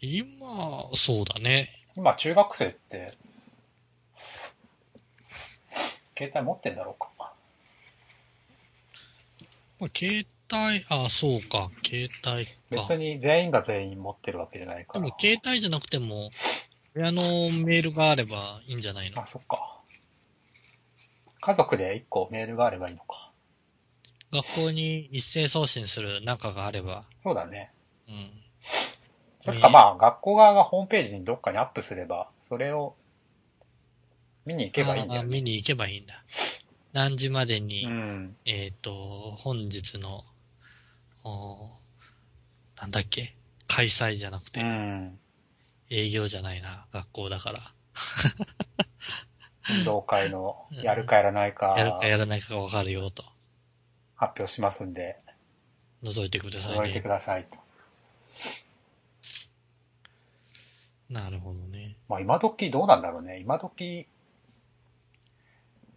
Speaker 2: 今、そうだね。
Speaker 1: 今、中学生って、携帯持ってんだろうか。
Speaker 2: まあ、携帯、あ、そうか、携帯か。
Speaker 1: 別に全員が全員持ってるわけじゃないか
Speaker 2: で
Speaker 1: ら
Speaker 2: も。携帯じゃなくても、親のメールがあればいいんじゃないの
Speaker 1: あ、そっか。家族で一個メールがあればいいのか。
Speaker 2: 学校に一斉送信する仲があれば。
Speaker 1: そうだね。
Speaker 2: うん。
Speaker 1: それかまあ、学校側がホームページにどっかにアップすれば、それを見に行けばいいんだ
Speaker 2: あ
Speaker 1: よ
Speaker 2: ー
Speaker 1: ね。
Speaker 2: 見に行けばいいんだ。何時までに、
Speaker 1: うん。
Speaker 2: えっ、と、本日の、おーなんだっけ開催じゃなく
Speaker 1: う
Speaker 2: て、
Speaker 1: ん。
Speaker 2: 営業じゃないな、学校だから。
Speaker 1: 運動会のやるかやらないか
Speaker 2: やるかやらないかがわかるよと。
Speaker 1: 発表しますんで、
Speaker 2: 覗いてください
Speaker 1: 覚えて
Speaker 2: ね
Speaker 1: く。ださいと。
Speaker 2: なるほどね。
Speaker 1: まあ今時どうなんだろうね。今時、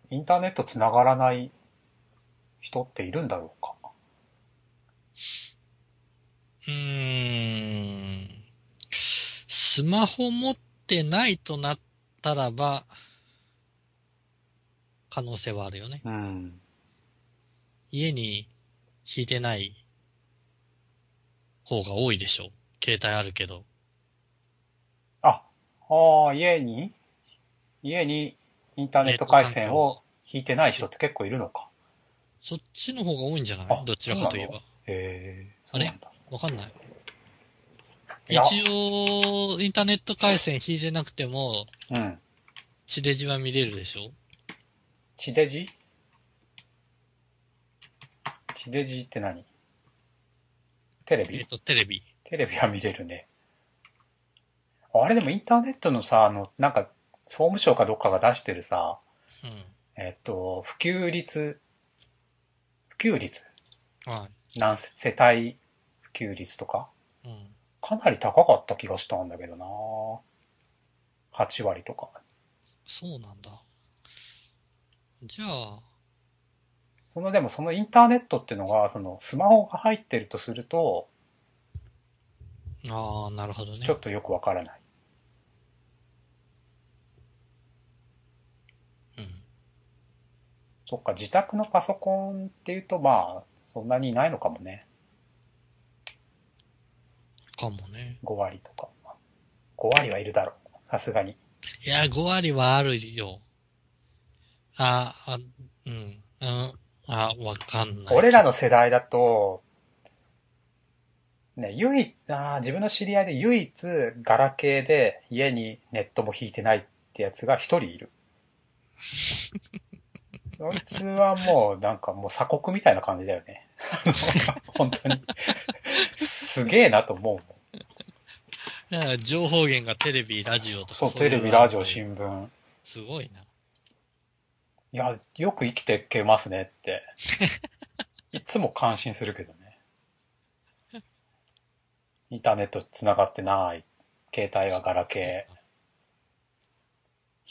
Speaker 1: インターネット繋がらない人っているんだろうか。
Speaker 2: うーん。スマホ持ってないとなったらば、可能性はあるよね。
Speaker 1: うん。
Speaker 2: 家に引いてない方が多いでしょう。携帯あるけど。
Speaker 1: あ、ああ、家に、家にインターネット回線を引いてない人って結構いるのか。
Speaker 2: そっちの方が多いんじゃな
Speaker 1: あ
Speaker 2: いどちらかといえば。
Speaker 1: へえ、そう
Speaker 2: あれ
Speaker 1: なんだ。
Speaker 2: わかんない。
Speaker 1: いや
Speaker 2: 一応、インターネット回線引いてなくても、
Speaker 1: うん。
Speaker 2: 地デジは見れるでしょ
Speaker 1: 地デジ地デジって何テレ
Speaker 2: え
Speaker 1: ビ
Speaker 2: っと、テレビ。
Speaker 1: テレビは見れるね。あれでもインターネットのさ、あの、なんか、総務省かどっかが出してるさ、
Speaker 2: うん。
Speaker 1: えっと、普及率、普及率
Speaker 2: は
Speaker 1: 何世帯普及率とか
Speaker 2: い。うん。
Speaker 1: かなり高かった気がしたんだけどな8割とか。
Speaker 2: そうなんだ。じゃあ、
Speaker 1: そのでもそのインターネットっていうのが、そのスマホが入ってるとすると、
Speaker 2: ああ、なるほどね
Speaker 1: ちょ。っとよくわからない。
Speaker 2: うん。
Speaker 1: そっか、自宅のパソコンっていうとまあ、そんなにいないのかもね。
Speaker 2: かもね。
Speaker 1: 5割とか。5割はいるだろう。さすがに。
Speaker 2: いや、5割はあるよ。あーあ、うん。うん。あ、わかんない。
Speaker 1: 俺らの世代だと、ね、唯一、あー自分の知り合いで唯一ガラケーで家にネットも引いてないってやつが一人い
Speaker 2: <laughs>
Speaker 1: る。そいつはもうなんかもう鎖国みたいな感じだよね。 <laughs> 本当に。すげえなと思うもん。
Speaker 2: だから情報源がテレビ、ラジオとか
Speaker 1: そう、
Speaker 2: い
Speaker 1: テレビ、
Speaker 2: のが
Speaker 1: ラ
Speaker 2: ある
Speaker 1: ジオ、新聞。
Speaker 2: すごいな。
Speaker 1: いや、よく生きていけますねっ
Speaker 2: <laughs>
Speaker 1: て。いつも感心するけどね。インターネット繋がってない。携帯はガラケー。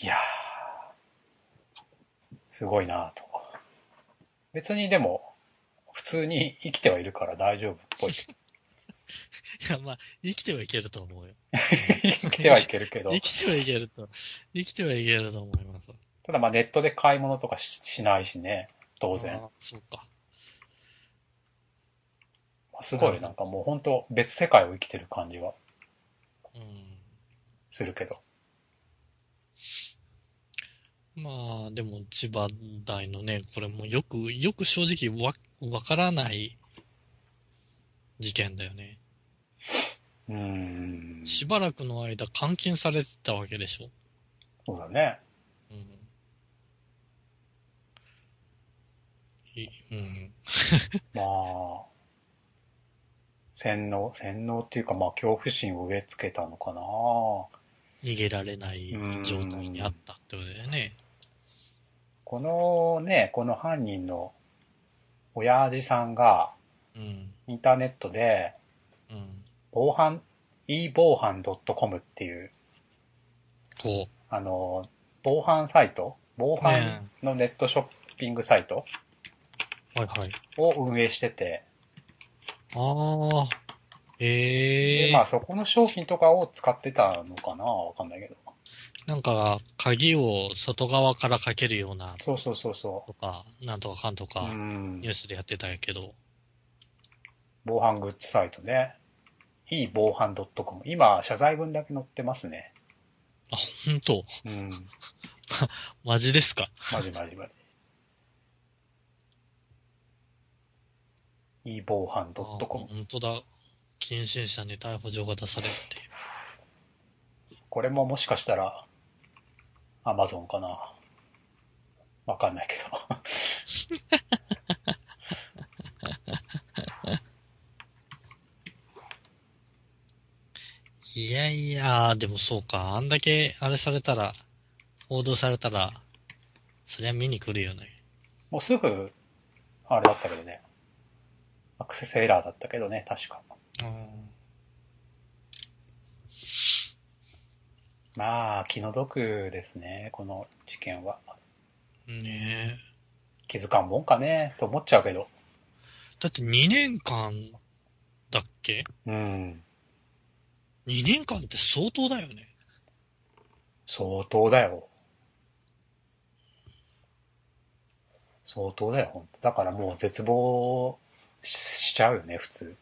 Speaker 1: いやー、すごいなぁと。別にでも、普通に生きてはいるから大丈夫っ
Speaker 2: <laughs>
Speaker 1: ぽい。
Speaker 2: いや、まあ、生きてはいけると思うよ。
Speaker 1: 生きてはいけるけど
Speaker 2: 生。きてはいけると、生きてはいけると思います。
Speaker 1: ただまあネットで買い物とかししないしね。当然。
Speaker 2: あー。そうか。
Speaker 1: すごい、なんかもう本当別世界を生きてる感じは
Speaker 2: うん。
Speaker 1: するけど。
Speaker 2: まあ、でも千葉大のね、これもよく、よく正直わ、わからない事件だよね。
Speaker 1: うーん。
Speaker 2: しばらくの間監禁されてたわけでしょ。
Speaker 1: そうだね。
Speaker 2: うん。いうん。
Speaker 1: まあ、洗脳、洗脳っていうか、まあ、恐怖心を植え付けたのかな。
Speaker 2: 逃げられない状態にあったってことだよね。
Speaker 1: このね、この犯人の親父さんが、
Speaker 2: うん。
Speaker 1: インターネットで、
Speaker 2: うん。
Speaker 1: 防犯、e防犯.com っていう、
Speaker 2: こ
Speaker 1: あの、防犯サイト、防犯のネットショッピングサイト
Speaker 2: う。はいはい。
Speaker 1: を運営してて、
Speaker 2: ああ。ええ
Speaker 1: で、まあそこの商品とかを使ってたのかなわかんないけど。
Speaker 2: なんか、鍵を外側からかけるような
Speaker 1: そうそうそうそ
Speaker 2: とか、なんとかかんと
Speaker 1: う。
Speaker 2: か
Speaker 1: う、ん
Speaker 2: ニュースでやってたんやけど。
Speaker 1: 防犯グッズサイトね。いい防犯 .com。今、謝罪文だけ載ってますね。
Speaker 2: あ、ほんと
Speaker 1: うん。
Speaker 2: マジですか
Speaker 1: まじまじまじ。 <laughs> いい防犯
Speaker 2: あほ
Speaker 1: .com。
Speaker 2: んとだ。禁止者に逮捕状が出されるっていう。
Speaker 1: これももしかしたら、Amazon かな。わかんないけど。 <laughs>
Speaker 2: いやいや、でもそうか。あんだけ、あれされたら、報道されたら、そりゃ見に来るよね。
Speaker 1: もうすぐ、あれだったけどね。アクセスエラーだったけどね、確か。まあ、気の毒ですね、この事件は。
Speaker 2: ねえ。
Speaker 1: 気づかんもんかね、と思っちゃうけど。
Speaker 2: だって2年間だっけ
Speaker 1: うん。
Speaker 2: ?2 年間って相当だよね。
Speaker 1: 相当だよ。相当だよ、本当だからもう絶望ししちゃうよね、普通。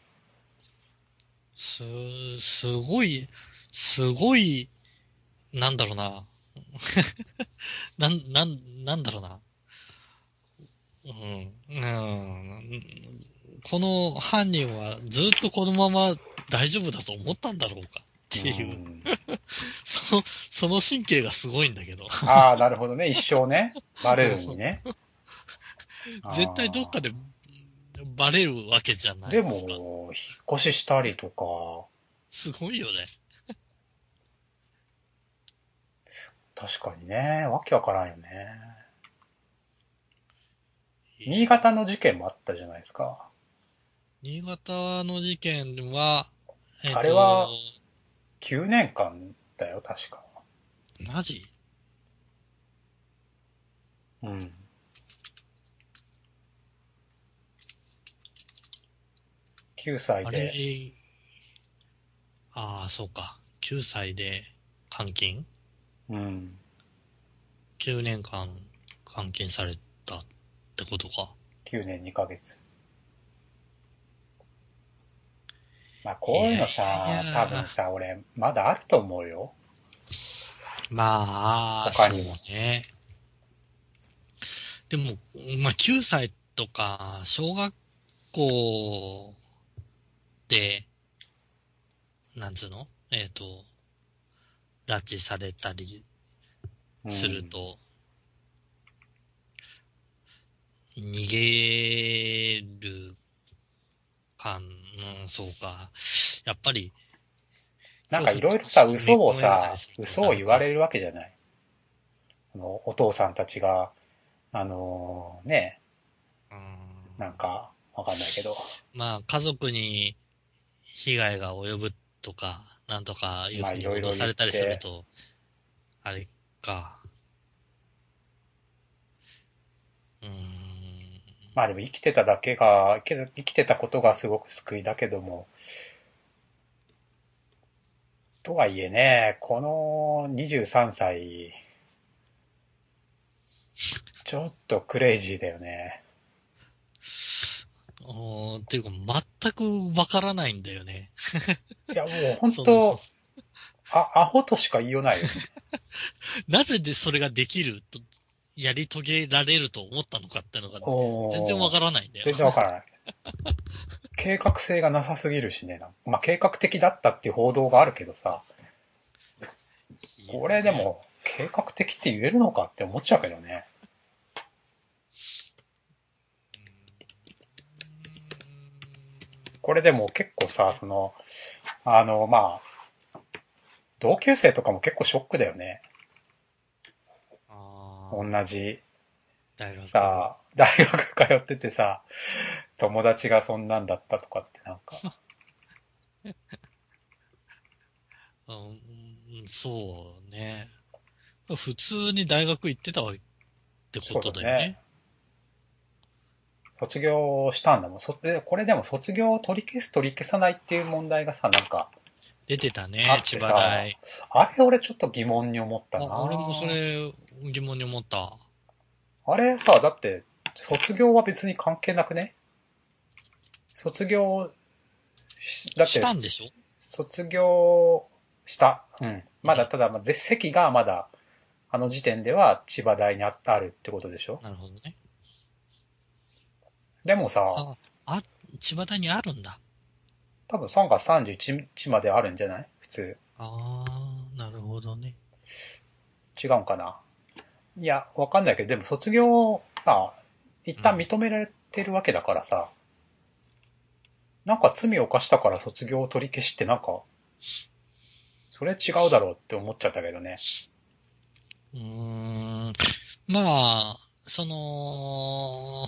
Speaker 2: す、すごい、すごい、なんだろうな。 <laughs> なん、なん、なんだろうな。うん、うん。この犯人はずっとこのまま大丈夫だと思ったんだろうかっていう、
Speaker 1: ん
Speaker 2: その、その神経がすごいんだけど。
Speaker 1: ああ、なるほどね、一生ね、バレずにね。
Speaker 2: <laughs> 絶対どっかでバレるわけじゃ
Speaker 1: あ
Speaker 2: な
Speaker 1: ー
Speaker 2: い
Speaker 1: で
Speaker 2: ですか。
Speaker 1: も、引っ越ししたりとか、
Speaker 2: すごいよね。
Speaker 1: 確かにね、わけわからんよね。新潟の事件もあったじゃないですか。
Speaker 2: 新潟の事件は、えっと
Speaker 1: あれは9年間だよ、確か。
Speaker 2: マジ
Speaker 1: うん。9歳
Speaker 2: あれ
Speaker 1: で、、
Speaker 2: ああ、そうか。9歳で監禁
Speaker 1: うん。
Speaker 2: ?9 年間監禁されたってことか。
Speaker 1: 9年2ヶ月。まあ、こういうの
Speaker 2: いや
Speaker 1: さ
Speaker 2: い、や
Speaker 1: 多分さ、俺、まだあると思うよ。
Speaker 2: まあ、そ
Speaker 1: 他
Speaker 2: う
Speaker 1: にも
Speaker 2: ね。でも、まあ9歳とか、小学校で、なんつうのえっ、と、拉致されたり
Speaker 1: うん
Speaker 2: する。と、逃げるか、うん、そうか。やっぱり、
Speaker 1: なんかいろいろさ、
Speaker 2: そう
Speaker 1: 嘘をさ
Speaker 2: そう、
Speaker 1: 嘘を言われるわけじゃない。あの、お父さんたちが、あのーね、
Speaker 2: うん、
Speaker 1: なんか、わかんないけど、
Speaker 2: まあ、家族に被害が及ぶとか、なんとかいう
Speaker 1: ま
Speaker 2: ふ
Speaker 1: あ
Speaker 2: うに
Speaker 1: いろいろ言っ
Speaker 2: 脅
Speaker 1: て
Speaker 2: されたりすると、あれか。うーん。
Speaker 1: まあでも生きてただけが、けど生きてたことがすごく救いだけども、とはいえね、この23歳、ちょっとクレイジーだよね。
Speaker 2: おーっていうか、全くわからないんだよね。
Speaker 1: いやもう本
Speaker 2: その
Speaker 1: 当、あ、アホとしか言いようないよ。
Speaker 2: なぜでそれができるとやり遂げられると思ったのかっていうのが、
Speaker 1: おー
Speaker 2: <laughs> 全然わからないんだよ。
Speaker 1: 全然わからない。計画性がなさすぎるしね。なんまあ、計画的だったっていう報道があるけどさ、これで。も、計画的って言えるのかって思っちゃうけどね。これでも結構さ、その、あの、まあ、同級生とかも結構ショックだよね。
Speaker 2: あ
Speaker 1: 同
Speaker 2: ー
Speaker 1: じ
Speaker 2: 大学
Speaker 1: さ、大学通っててさ、友達がそんなんだったとかってなんか、
Speaker 2: うんうんそうね。普通に大学行ってたわってことだよね。
Speaker 1: 卒業したんだもん。そでこれでも卒業を取り消す取り消さないっていう問題がさ、なんか、
Speaker 2: 出てたね
Speaker 1: あっ、
Speaker 2: 千
Speaker 1: てさ
Speaker 2: 葉大。
Speaker 1: あれ俺ちょっと疑問に思ったな。
Speaker 2: あ俺もそれ疑問に思った。
Speaker 1: あれさ、だって、卒業は別に関係なくね卒業し、だって、
Speaker 2: したんでしょ
Speaker 1: 卒業した。うん。まだ、ただ、まあぜ席がまだ、あの時点では千葉大にあったあるってことでしょ
Speaker 2: なるほどね。
Speaker 1: でもさ、
Speaker 2: 千葉大にあるんだ。
Speaker 1: 多分3月31日まであるんじゃない普通。
Speaker 2: ああ、なるほどね。
Speaker 1: 違うんかないや、わかんないけど、でも卒業をさ、一旦認められてるわけだからさ、なんか罪を犯したから卒業を取り消しってなんか、それ違うだろうって思っちゃったけどね。
Speaker 2: うーん。まあ、その、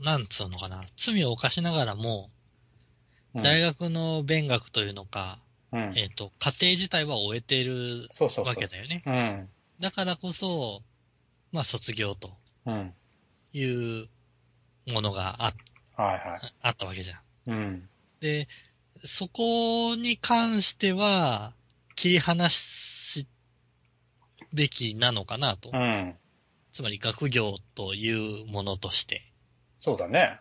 Speaker 2: なんつうのかな。罪を犯しながらも、
Speaker 1: うん
Speaker 2: 大学の勉学というのか、
Speaker 1: うん。
Speaker 2: えっ、と、家庭自体は終えている
Speaker 1: そうそうそ
Speaker 2: わ
Speaker 1: う
Speaker 2: け。だよね。
Speaker 1: うん。
Speaker 2: だからこそ、まあ、卒業と
Speaker 1: うん。はい
Speaker 2: いうものがあ
Speaker 1: は
Speaker 2: あったわけじゃ
Speaker 1: い。う
Speaker 2: ん。
Speaker 1: ん。
Speaker 2: で、そこに関しては、切り離すべきなのかなと。
Speaker 1: うん。
Speaker 2: つまり学業というものとして。
Speaker 1: そうだね。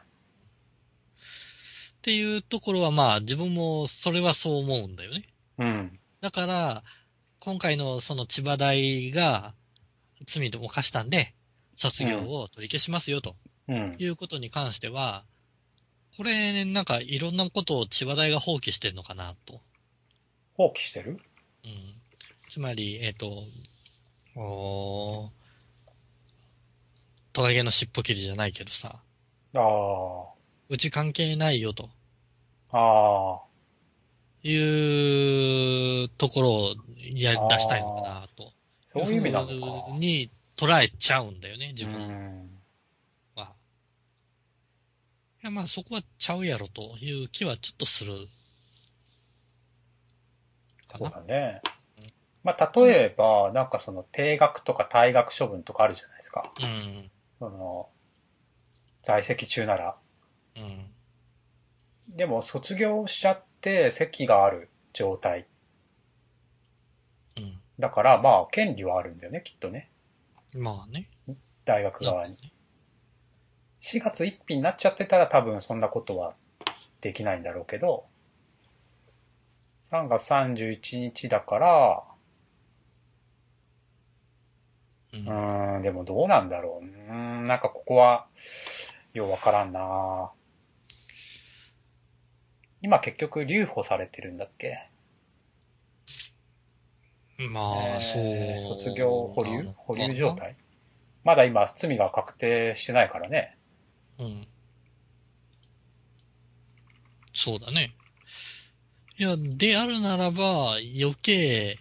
Speaker 2: っていうところはまあ自分もそれはそう思うんだよね。
Speaker 1: うん。
Speaker 2: だから、今回のその千葉大が罪を犯したんで、卒業を取り消しますよと
Speaker 1: うん。
Speaker 2: いうことに関しては、これ、ね、なんかいろんなことを千葉大が放棄してるのかなと。
Speaker 1: 放棄してる
Speaker 2: うんつまり、えっ、と、おートカゲの尻尾切りじゃないけどさ、
Speaker 1: ああ。
Speaker 2: うち関係ないよと
Speaker 1: ああ。
Speaker 2: いうところをやり出したいのかなと。
Speaker 1: そういう意味なの
Speaker 2: い
Speaker 1: か。
Speaker 2: うふうに捉えちゃうんだよ
Speaker 1: う
Speaker 2: ね、自分
Speaker 1: ん。
Speaker 2: は。いやまあそこはちゃうやろという気はちょっとする。か
Speaker 1: そう
Speaker 2: な。
Speaker 1: だね。まあ、例えば、なんかその、定額とか退学処分とかあるじゃないですか。
Speaker 2: うん。
Speaker 1: その、在籍中なら。
Speaker 2: うん。
Speaker 1: でも、卒業しちゃって、席がある状態。
Speaker 2: うん。
Speaker 1: だから、まあ、権利はあるんだよね、きっとね。
Speaker 2: まあね。
Speaker 1: 大学側に。4月1日になっちゃってたら、多分そんなことはできないんだろうけど、3月31日だから、
Speaker 2: うん
Speaker 1: うーん、でもどうなんだろう。うーん、なんかここは、ようわからんな今結局留保されてるんだっけ
Speaker 2: まあ、
Speaker 1: えー
Speaker 2: そう。
Speaker 1: 卒業保留保留状
Speaker 2: 態。
Speaker 1: 態まだ今罪が確定してないからね。
Speaker 2: うん。そうだね。いや、であるならば、余計、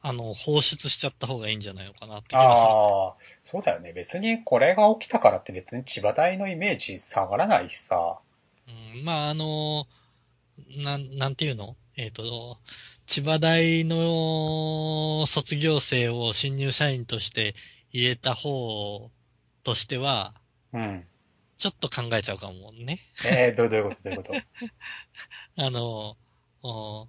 Speaker 2: あの、放出しちゃった方がいいんじゃないのかなって気がする。
Speaker 1: ああ、そうだよね。別にこれが起きたからって別に千葉大のイメージ下がらないしさ。
Speaker 2: うん、まあ、あの、なん、なんていうのえっ、と、千葉大の卒業生を新入社員として入れた方としては、
Speaker 1: うん。
Speaker 2: ちょっと考えちゃうかもね。
Speaker 1: えー、どうどういうことどう
Speaker 2: <laughs>
Speaker 1: いうこと
Speaker 2: あの、お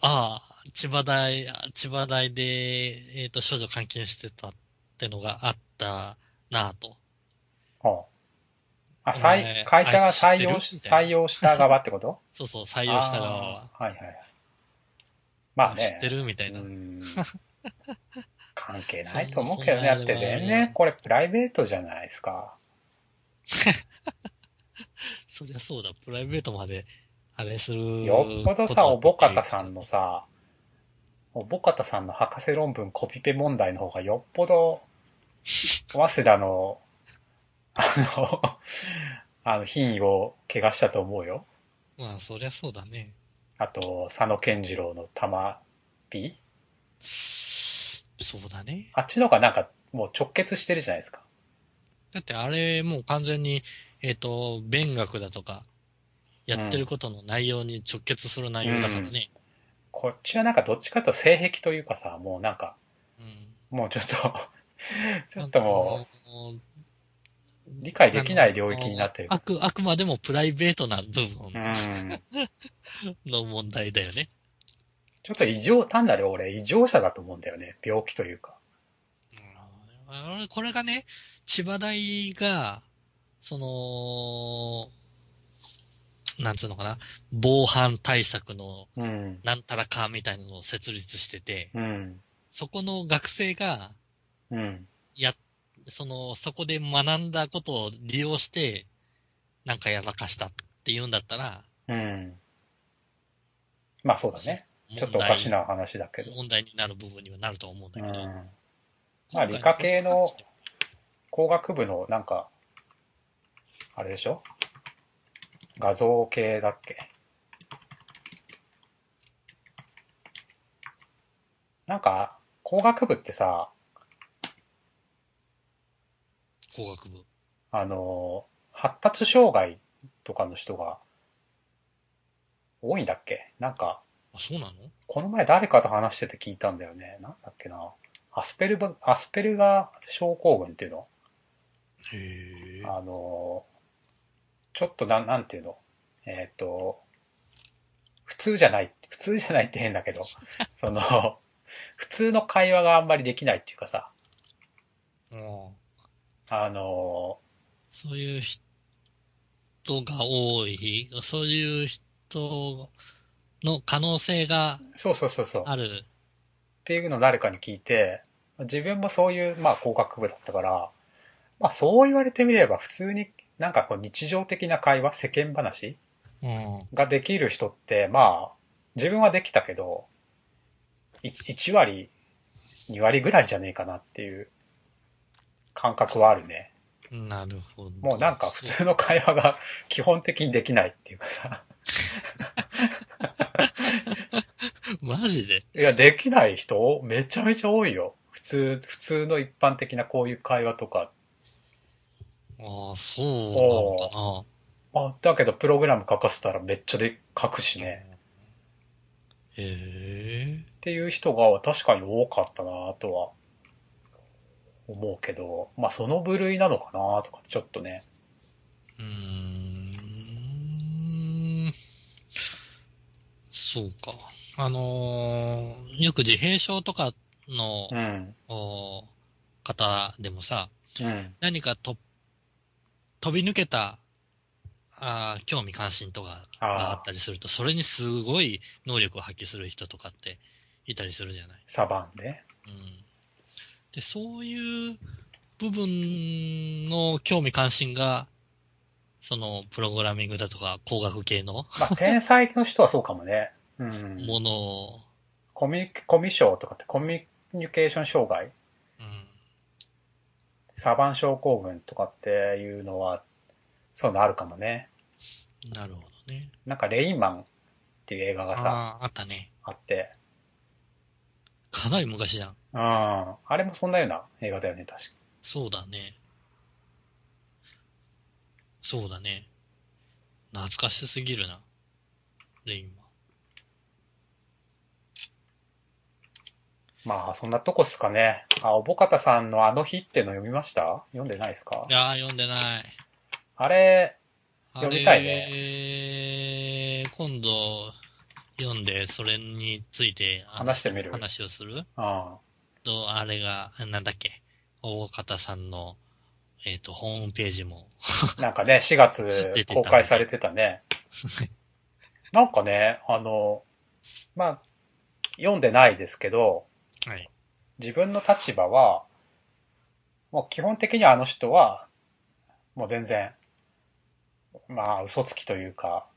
Speaker 2: ああ、千葉大、あ千葉大で、えっ、と、少女監禁してたってのがあったなぁと。
Speaker 1: はあ、あ採
Speaker 2: えー
Speaker 1: 会社
Speaker 2: あ
Speaker 1: が
Speaker 2: いつ知って
Speaker 1: 採
Speaker 2: る
Speaker 1: 用
Speaker 2: み
Speaker 1: し、
Speaker 2: たい
Speaker 1: 採用した側ってこと
Speaker 2: そうそう、採用した側は。
Speaker 1: あーはいはいはい。まあ
Speaker 2: 知
Speaker 1: ね。
Speaker 2: ってるみたいな。
Speaker 1: うん関係ないと思うけどね。だって全然これプライベートじゃないですか。
Speaker 2: そりゃそうだ、プライベートまで、あれする。
Speaker 1: よっぽどさ、おぼかたさんの。さ、おぼかたさんの博士論文コピペ問題の方がよっぽど、早稲田の、あの、あの、品位を怪我したと思うよ。
Speaker 2: まあ、そりゃそうだね。
Speaker 1: あと、佐野健次郎の玉ピ
Speaker 2: そうだね。
Speaker 1: あっちのがなんかもう直結してるじゃないですか。
Speaker 2: だってあれ、もう完全に、えっ、と、勉学だとか、やってることの内容に直結する内容だからね。
Speaker 1: こっちはなんかどっちかというと性癖というかさ、もうなんか、
Speaker 2: うん。
Speaker 1: もうちょっと、 <laughs> ちょっとも
Speaker 2: う、
Speaker 1: う理解できない領域になってる。
Speaker 2: あく、あくまでもプライベートな部
Speaker 1: う
Speaker 2: 分
Speaker 1: ん。
Speaker 2: の問題だよね。
Speaker 1: ちょっと異常、単なる俺異常者だと思うんだよね。病気というか。
Speaker 2: うん俺これがね、千葉大が、その、なんつうのかな、防犯対策の
Speaker 1: うん。
Speaker 2: なんたらかみたいなのを設立してて、
Speaker 1: うん。
Speaker 2: そこの学生が、
Speaker 1: うん。
Speaker 2: や、その、そこで学んだことを利用して、なんかやらかしたっていうんだったら、
Speaker 1: うん。まあそうだね。ちょっとおかしな話だけど。
Speaker 2: 問題になる部分にはなると思うん
Speaker 1: う
Speaker 2: だけど。
Speaker 1: ん。まあ理科系の工学部のなんか、あれでしょ画像系だっけなんか、工学部ってさ、
Speaker 2: 工学部。
Speaker 1: あの、発達障害とかの人が多いんだっけなんか、
Speaker 2: あ、そうなの
Speaker 1: この前誰かと話してて聞いたんだよね。なんだっけな。アスペルバ、アスペルガー症候群っていうの
Speaker 2: へえ。
Speaker 1: あのーちょっとなん、なんていうのえっ、と、普通じゃない、普通じゃないって変だ
Speaker 2: <laughs>
Speaker 1: けど、その、普通の会話があんまりできないっていうかさ、
Speaker 2: うん
Speaker 1: あの
Speaker 2: そういう人が多い、そういう人の可能性が
Speaker 1: ーそうそうそうそう、っ
Speaker 2: ある。
Speaker 1: ていうのを誰かに聞いて、自分もそういう、まあ工学部だったから、まあそう言われてみれば普通に、なんかこう日常的な会話、世間話
Speaker 2: うん。
Speaker 1: ができる人って、まあ、自分はできたけど、1, 割、2割ぐらいじゃねえかなっていう感覚はあるね。
Speaker 2: なるほど。
Speaker 1: もうなんか普通の会話が <laughs> 基本的にできないっていうかさ。
Speaker 2: そう。マジで
Speaker 1: いや、できない人めちゃめちゃ多いよ。普通、普通の一般的なこういう会話とか。
Speaker 2: ああ、そうなんだな。
Speaker 1: あだけど、プログラム書かせたらめっちゃで書くしね。
Speaker 2: へえ。
Speaker 1: っていう人が確かに多かったなとは思うけど、まあその部類なのかなとかちょっとね、
Speaker 2: うーん。そうか。あのーよく自閉症とかの、
Speaker 1: うん。
Speaker 2: お方でもさ、
Speaker 1: うん。
Speaker 2: 何かと、飛び抜けた、あー興味関心とかがあ
Speaker 1: ああ
Speaker 2: っ、たりすると、それにすごい能力を発揮する人とかっていたりするじゃない。
Speaker 1: サバンね。
Speaker 2: うん。で、そういう部分の興味関心が、その、プログラミングだとか、工学系の
Speaker 1: まあ、天才の人はそうかも
Speaker 2: <laughs>
Speaker 1: ね。うん。
Speaker 2: ものを、
Speaker 1: コミュニ、コミュ障とかってコミュニケーション障害
Speaker 2: うん。
Speaker 1: サバン症候群とかっていうのは、そういうのあるかもね。
Speaker 2: なるほどね。
Speaker 1: なんか、レインマンっていう映画がさ、
Speaker 2: ああー、あったね。
Speaker 1: あって、
Speaker 2: かなり昔じゃん。
Speaker 1: うん。あれもそんなような映画だよね、確か。
Speaker 2: そうだね。そうだね。懐かしすぎるな。レインは。
Speaker 1: まあ、そんなとこっすかね。あ、おぼかたさんのあの日っての読みました読んでないですか
Speaker 2: いやー、読んでない。
Speaker 1: あれ、
Speaker 2: あ
Speaker 1: 読
Speaker 2: れ
Speaker 1: みたい
Speaker 2: ね。今度、読んで、それについて、あの
Speaker 1: 話してみる。
Speaker 2: 話をする
Speaker 1: うん。
Speaker 2: と、あれが、なんだっけ。大方さんの、えっ、と、ホームページも。
Speaker 1: なんかね、4月
Speaker 2: 出てたね
Speaker 1: 公開されてた
Speaker 2: <laughs>
Speaker 1: ね。なんかね、あの、まあ、読んでないですけど、
Speaker 2: はい。
Speaker 1: 自分の立場は、もう基本的にあの人は、もう全然、まあ嘘つきというか、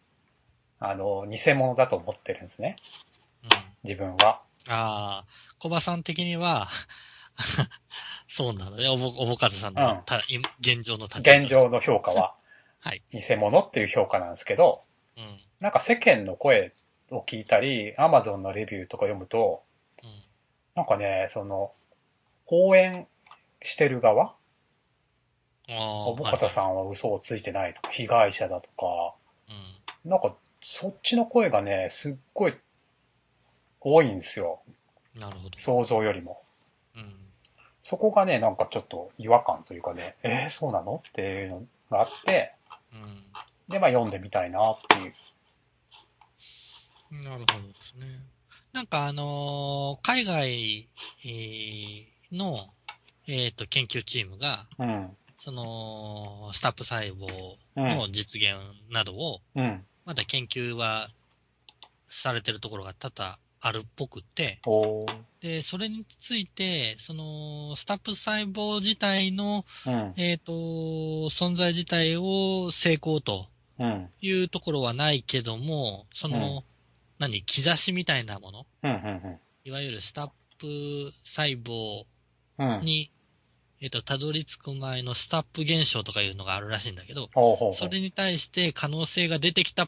Speaker 1: あの、偽物だと思ってるんですね。
Speaker 2: うん。
Speaker 1: 自分は。
Speaker 2: ああ、コバさん的には、 <laughs> そうなのね。おぼ、おぼかずさんの、
Speaker 1: うん
Speaker 2: た今現状の立場。、
Speaker 1: 現状の評価は
Speaker 2: <laughs> はい
Speaker 1: 偽物っていう評価なんですけど、
Speaker 2: うん。うん。
Speaker 1: なんか世間の声を聞いたり、アマゾンのレビューとか読むと、なんかね、その、応援してる側、
Speaker 2: ああ、
Speaker 1: 小保方さんは嘘をついてないとか、被害者だとか、
Speaker 2: はいはい。
Speaker 1: なんかそっちの声がね、すっごい多いんですよ。
Speaker 2: うん。なるほど。
Speaker 1: 想像よりも。
Speaker 2: うん。
Speaker 1: そこがね、なんかちょっと違和感というかね、えー、そうなのっていうのがあって、
Speaker 2: う
Speaker 1: で、まあ読んでみたいなっていう。
Speaker 2: ん。なるほどですね。なんかあのー海外、えーの、えっ、と、研究チームが、
Speaker 1: うん。
Speaker 2: その、スタップ細胞
Speaker 1: うん。
Speaker 2: の実現などを、
Speaker 1: うん。
Speaker 2: まだ研究はされてるところが多々あるっぽくって、
Speaker 1: おー
Speaker 2: で、それについて、その、スタップ細胞自体の、
Speaker 1: うん。
Speaker 2: えっ、と、存在自体を成功と
Speaker 1: うん。
Speaker 2: いうところはないけども、その、
Speaker 1: うん
Speaker 2: 何、兆しみたいなもの、
Speaker 1: うん。うん。
Speaker 2: いわゆるスタップ細胞
Speaker 1: うん。
Speaker 2: に、えっ、と、たどり着く前のスタップ現象とかいうのがあるらしいんだけど、
Speaker 1: ほうほうほう
Speaker 2: それに対して可能性が出てきた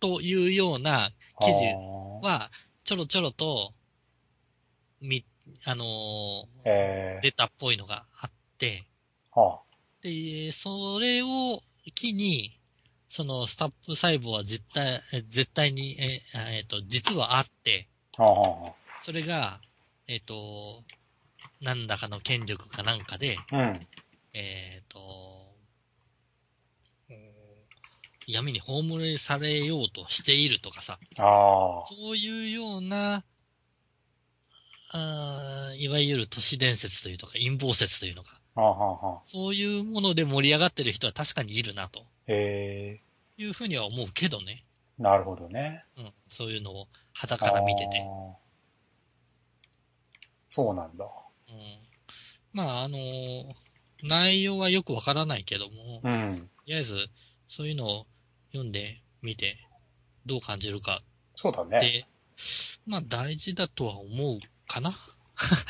Speaker 2: というような記事
Speaker 1: あー
Speaker 2: は、ちょろちょろと、み、あのー
Speaker 1: えー、
Speaker 2: 出たっぽいのがあって、
Speaker 1: は
Speaker 2: で、それを機に、そのスタップ細胞は絶対、え絶対に、え、あえっ、と、実はあって、
Speaker 1: あ、はあ、は
Speaker 2: それが、えっ、と、何らかの権力かなんかで、
Speaker 1: あ、うん。
Speaker 2: えっ、と、うん闇に葬りされようとしているとかさ、
Speaker 1: あ
Speaker 2: そういうような、あーいわゆる都市伝説というとか陰謀説というのか、
Speaker 1: あ、はあ、はあ、はあ。
Speaker 2: そういうもので盛り上がってる人は確かにいるなと
Speaker 1: え
Speaker 2: いうふうには思うけどね。
Speaker 1: ー、なるほどね。
Speaker 2: うん、そういうのを肌から見て
Speaker 1: あ
Speaker 2: て。
Speaker 1: ー。そうなんだ。
Speaker 2: うん、まあ、あのー内容はよくわからないけども、と
Speaker 1: うん。
Speaker 2: りあえず、そういうのを読んでみて、どう感じるか
Speaker 1: そうだ
Speaker 2: っ
Speaker 1: ね。
Speaker 2: て、まあ大事だとは思うかな。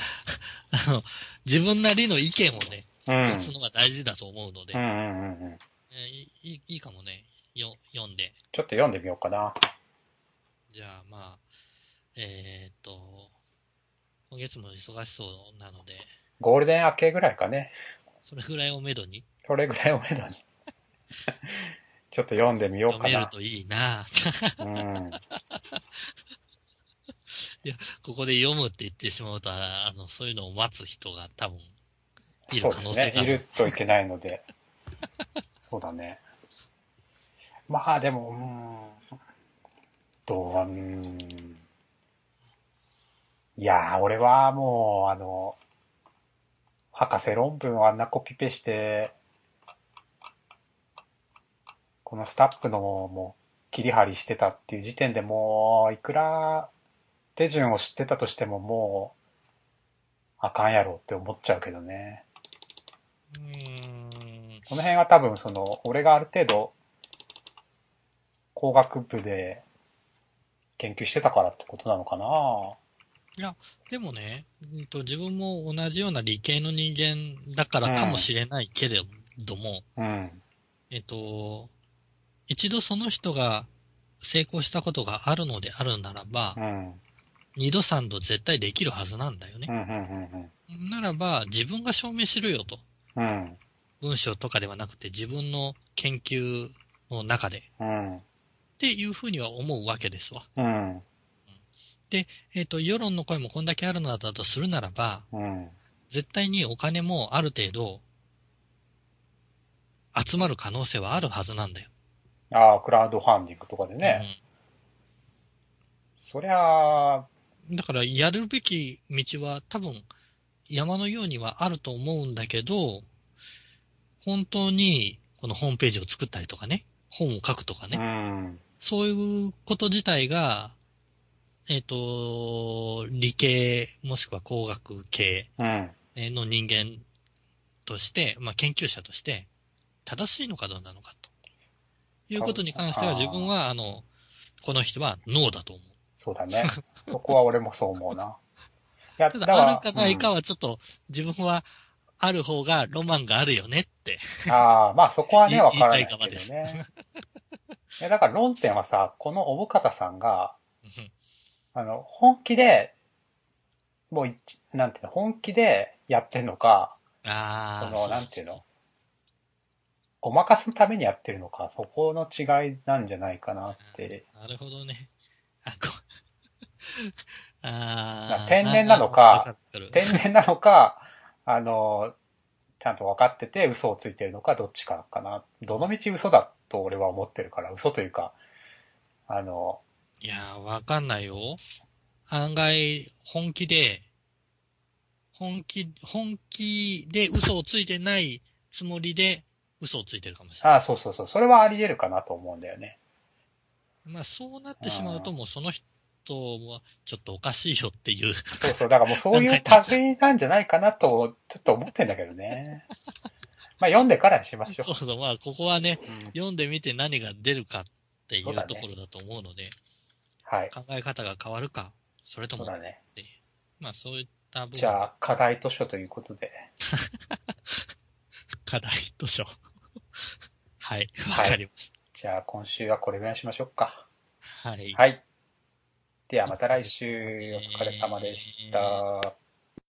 Speaker 2: <laughs> あの、自分なりの意見をね、
Speaker 1: うん。うん
Speaker 2: 持つのが大事だと思うので、
Speaker 1: うんうんうん。
Speaker 2: えーいいいいいかもね、よ、読んで。
Speaker 1: ちょっと読んでみようかな。
Speaker 2: じゃあまあ、えーっと、今月も忙しそうなので、
Speaker 1: ゴールデン明けぐらいかね。
Speaker 2: それぐらいをめどに
Speaker 1: それぐらいをめどに。
Speaker 2: <laughs>
Speaker 1: ちょっと読んでみよう
Speaker 2: 読
Speaker 1: か
Speaker 2: める
Speaker 1: な。
Speaker 2: といいな <laughs>
Speaker 1: うん。
Speaker 2: ここで読むって言ってしまうと、ああの、そういうのを待つ人が多分、いる可能性があ
Speaker 1: い
Speaker 2: る。
Speaker 1: るといけないので。 <laughs> そうだね。まあでも、うーん。どう、うーん。いやー、俺はもう、あの、博士論文をあんなコピペして、このスタッフのもう切り張りしてたっていう時点でもう、いくら手順を知ってたとしてももう、あかんやろって思っちゃうけどね。
Speaker 2: うーん。
Speaker 1: この辺は多分その、俺がある程度、工学部で研究してたからってことなのかな
Speaker 2: でもね、うんと、自分も同じような理系の人間だからかもしれないけれども、
Speaker 1: うん。
Speaker 2: えっと、一度その人が成功したことがあるのであるならば
Speaker 1: う、ん。
Speaker 2: 二度三度絶対できるはずなんだよ
Speaker 1: う
Speaker 2: ね。
Speaker 1: ん。うん。
Speaker 2: ならば、自分が証明しろよと。
Speaker 1: うん。うん。
Speaker 2: 文章とかではなくて自分の研究の中で。っ
Speaker 1: うん。
Speaker 2: ていうふうには思うわけですわ。
Speaker 1: うん。
Speaker 2: えっと、世論の声もこんだけあるのだとするならば、
Speaker 1: うん。
Speaker 2: 絶対にお金もある程度、集まる可能性はあるはずなんだよ。
Speaker 1: ああ、クラウドファンディングとかでね。そりゃあ、
Speaker 2: うん。だから、やるべき道は多分、山のようにはあると思うんだけど、本当に、このホームページを作ったりとかね、本を書くとか
Speaker 1: う
Speaker 2: ね、
Speaker 1: ん。
Speaker 2: そういうこと自体が、えっ、と、理系、もしくは工学系
Speaker 1: うん。
Speaker 2: の人間として、まあ、研究者として、正しいのかどうなのかと。いうことに関しては
Speaker 1: あー
Speaker 2: 自分は、あの、この人はノーだと思う。
Speaker 1: そうだね。そこは俺もそう思うな。いや
Speaker 2: ただ、ある
Speaker 1: ら
Speaker 2: かないかはちょっと、自分は、ある方がロマンがあるよねって。 <laughs>
Speaker 1: うんああ、まあそこはね、
Speaker 2: 言い
Speaker 1: わからない
Speaker 2: 言いたい側
Speaker 1: け
Speaker 2: で
Speaker 1: ど
Speaker 2: す
Speaker 1: ね。いや、だから論点はさ、この小深田さんが、あの、本気で、もうい、なんていうの、本気でやってんのか、そ
Speaker 2: ああ。
Speaker 1: の、なんていうの、ごまかすためにやってるのか、そこの違いなんじゃないかなって。
Speaker 2: なるほどね。あ、こ <laughs> あ
Speaker 1: な
Speaker 2: ー
Speaker 1: 天然なのか。
Speaker 2: あーわってる
Speaker 1: 天然なのか、 <laughs> あの、ちゃんと分かってて嘘をついてるのか、どっちかかな。どの道嘘だと俺は思ってるから、嘘というか、あの、
Speaker 2: いやー、わかんないよ。案外、本気で、本気、本気で嘘をついてないつもりで嘘をついてるかもしれない。
Speaker 1: ああ、そうそうそう、それはあり得るかなと思うんだよね。
Speaker 2: まあ、そうなってしまうともうその人はちょっとおかしいよっていう。
Speaker 1: そうそう、だからもうそういう類なんじゃないかなと、ちょっと思ってんだけど
Speaker 2: <laughs>
Speaker 1: ね。まあ読んでからにしましょ
Speaker 2: そうそう、まあ、ここはね、
Speaker 1: う。うん
Speaker 2: 読んでみて何が出るかっていう
Speaker 1: そうだね
Speaker 2: ところだと思うので、
Speaker 1: はい。
Speaker 2: 考え方が変わるか、それと
Speaker 1: そう
Speaker 2: も、
Speaker 1: だね。
Speaker 2: まあ、そういった部分
Speaker 1: じゃあ、課題図書ということで。
Speaker 2: 課題図書。 <laughs> はい、
Speaker 1: は
Speaker 2: わ
Speaker 1: い
Speaker 2: かりまし
Speaker 1: じゃあ、今週はこれぐらいにしましょうか。
Speaker 2: た。はい。
Speaker 1: はい。では、また来週、お疲れ様でした。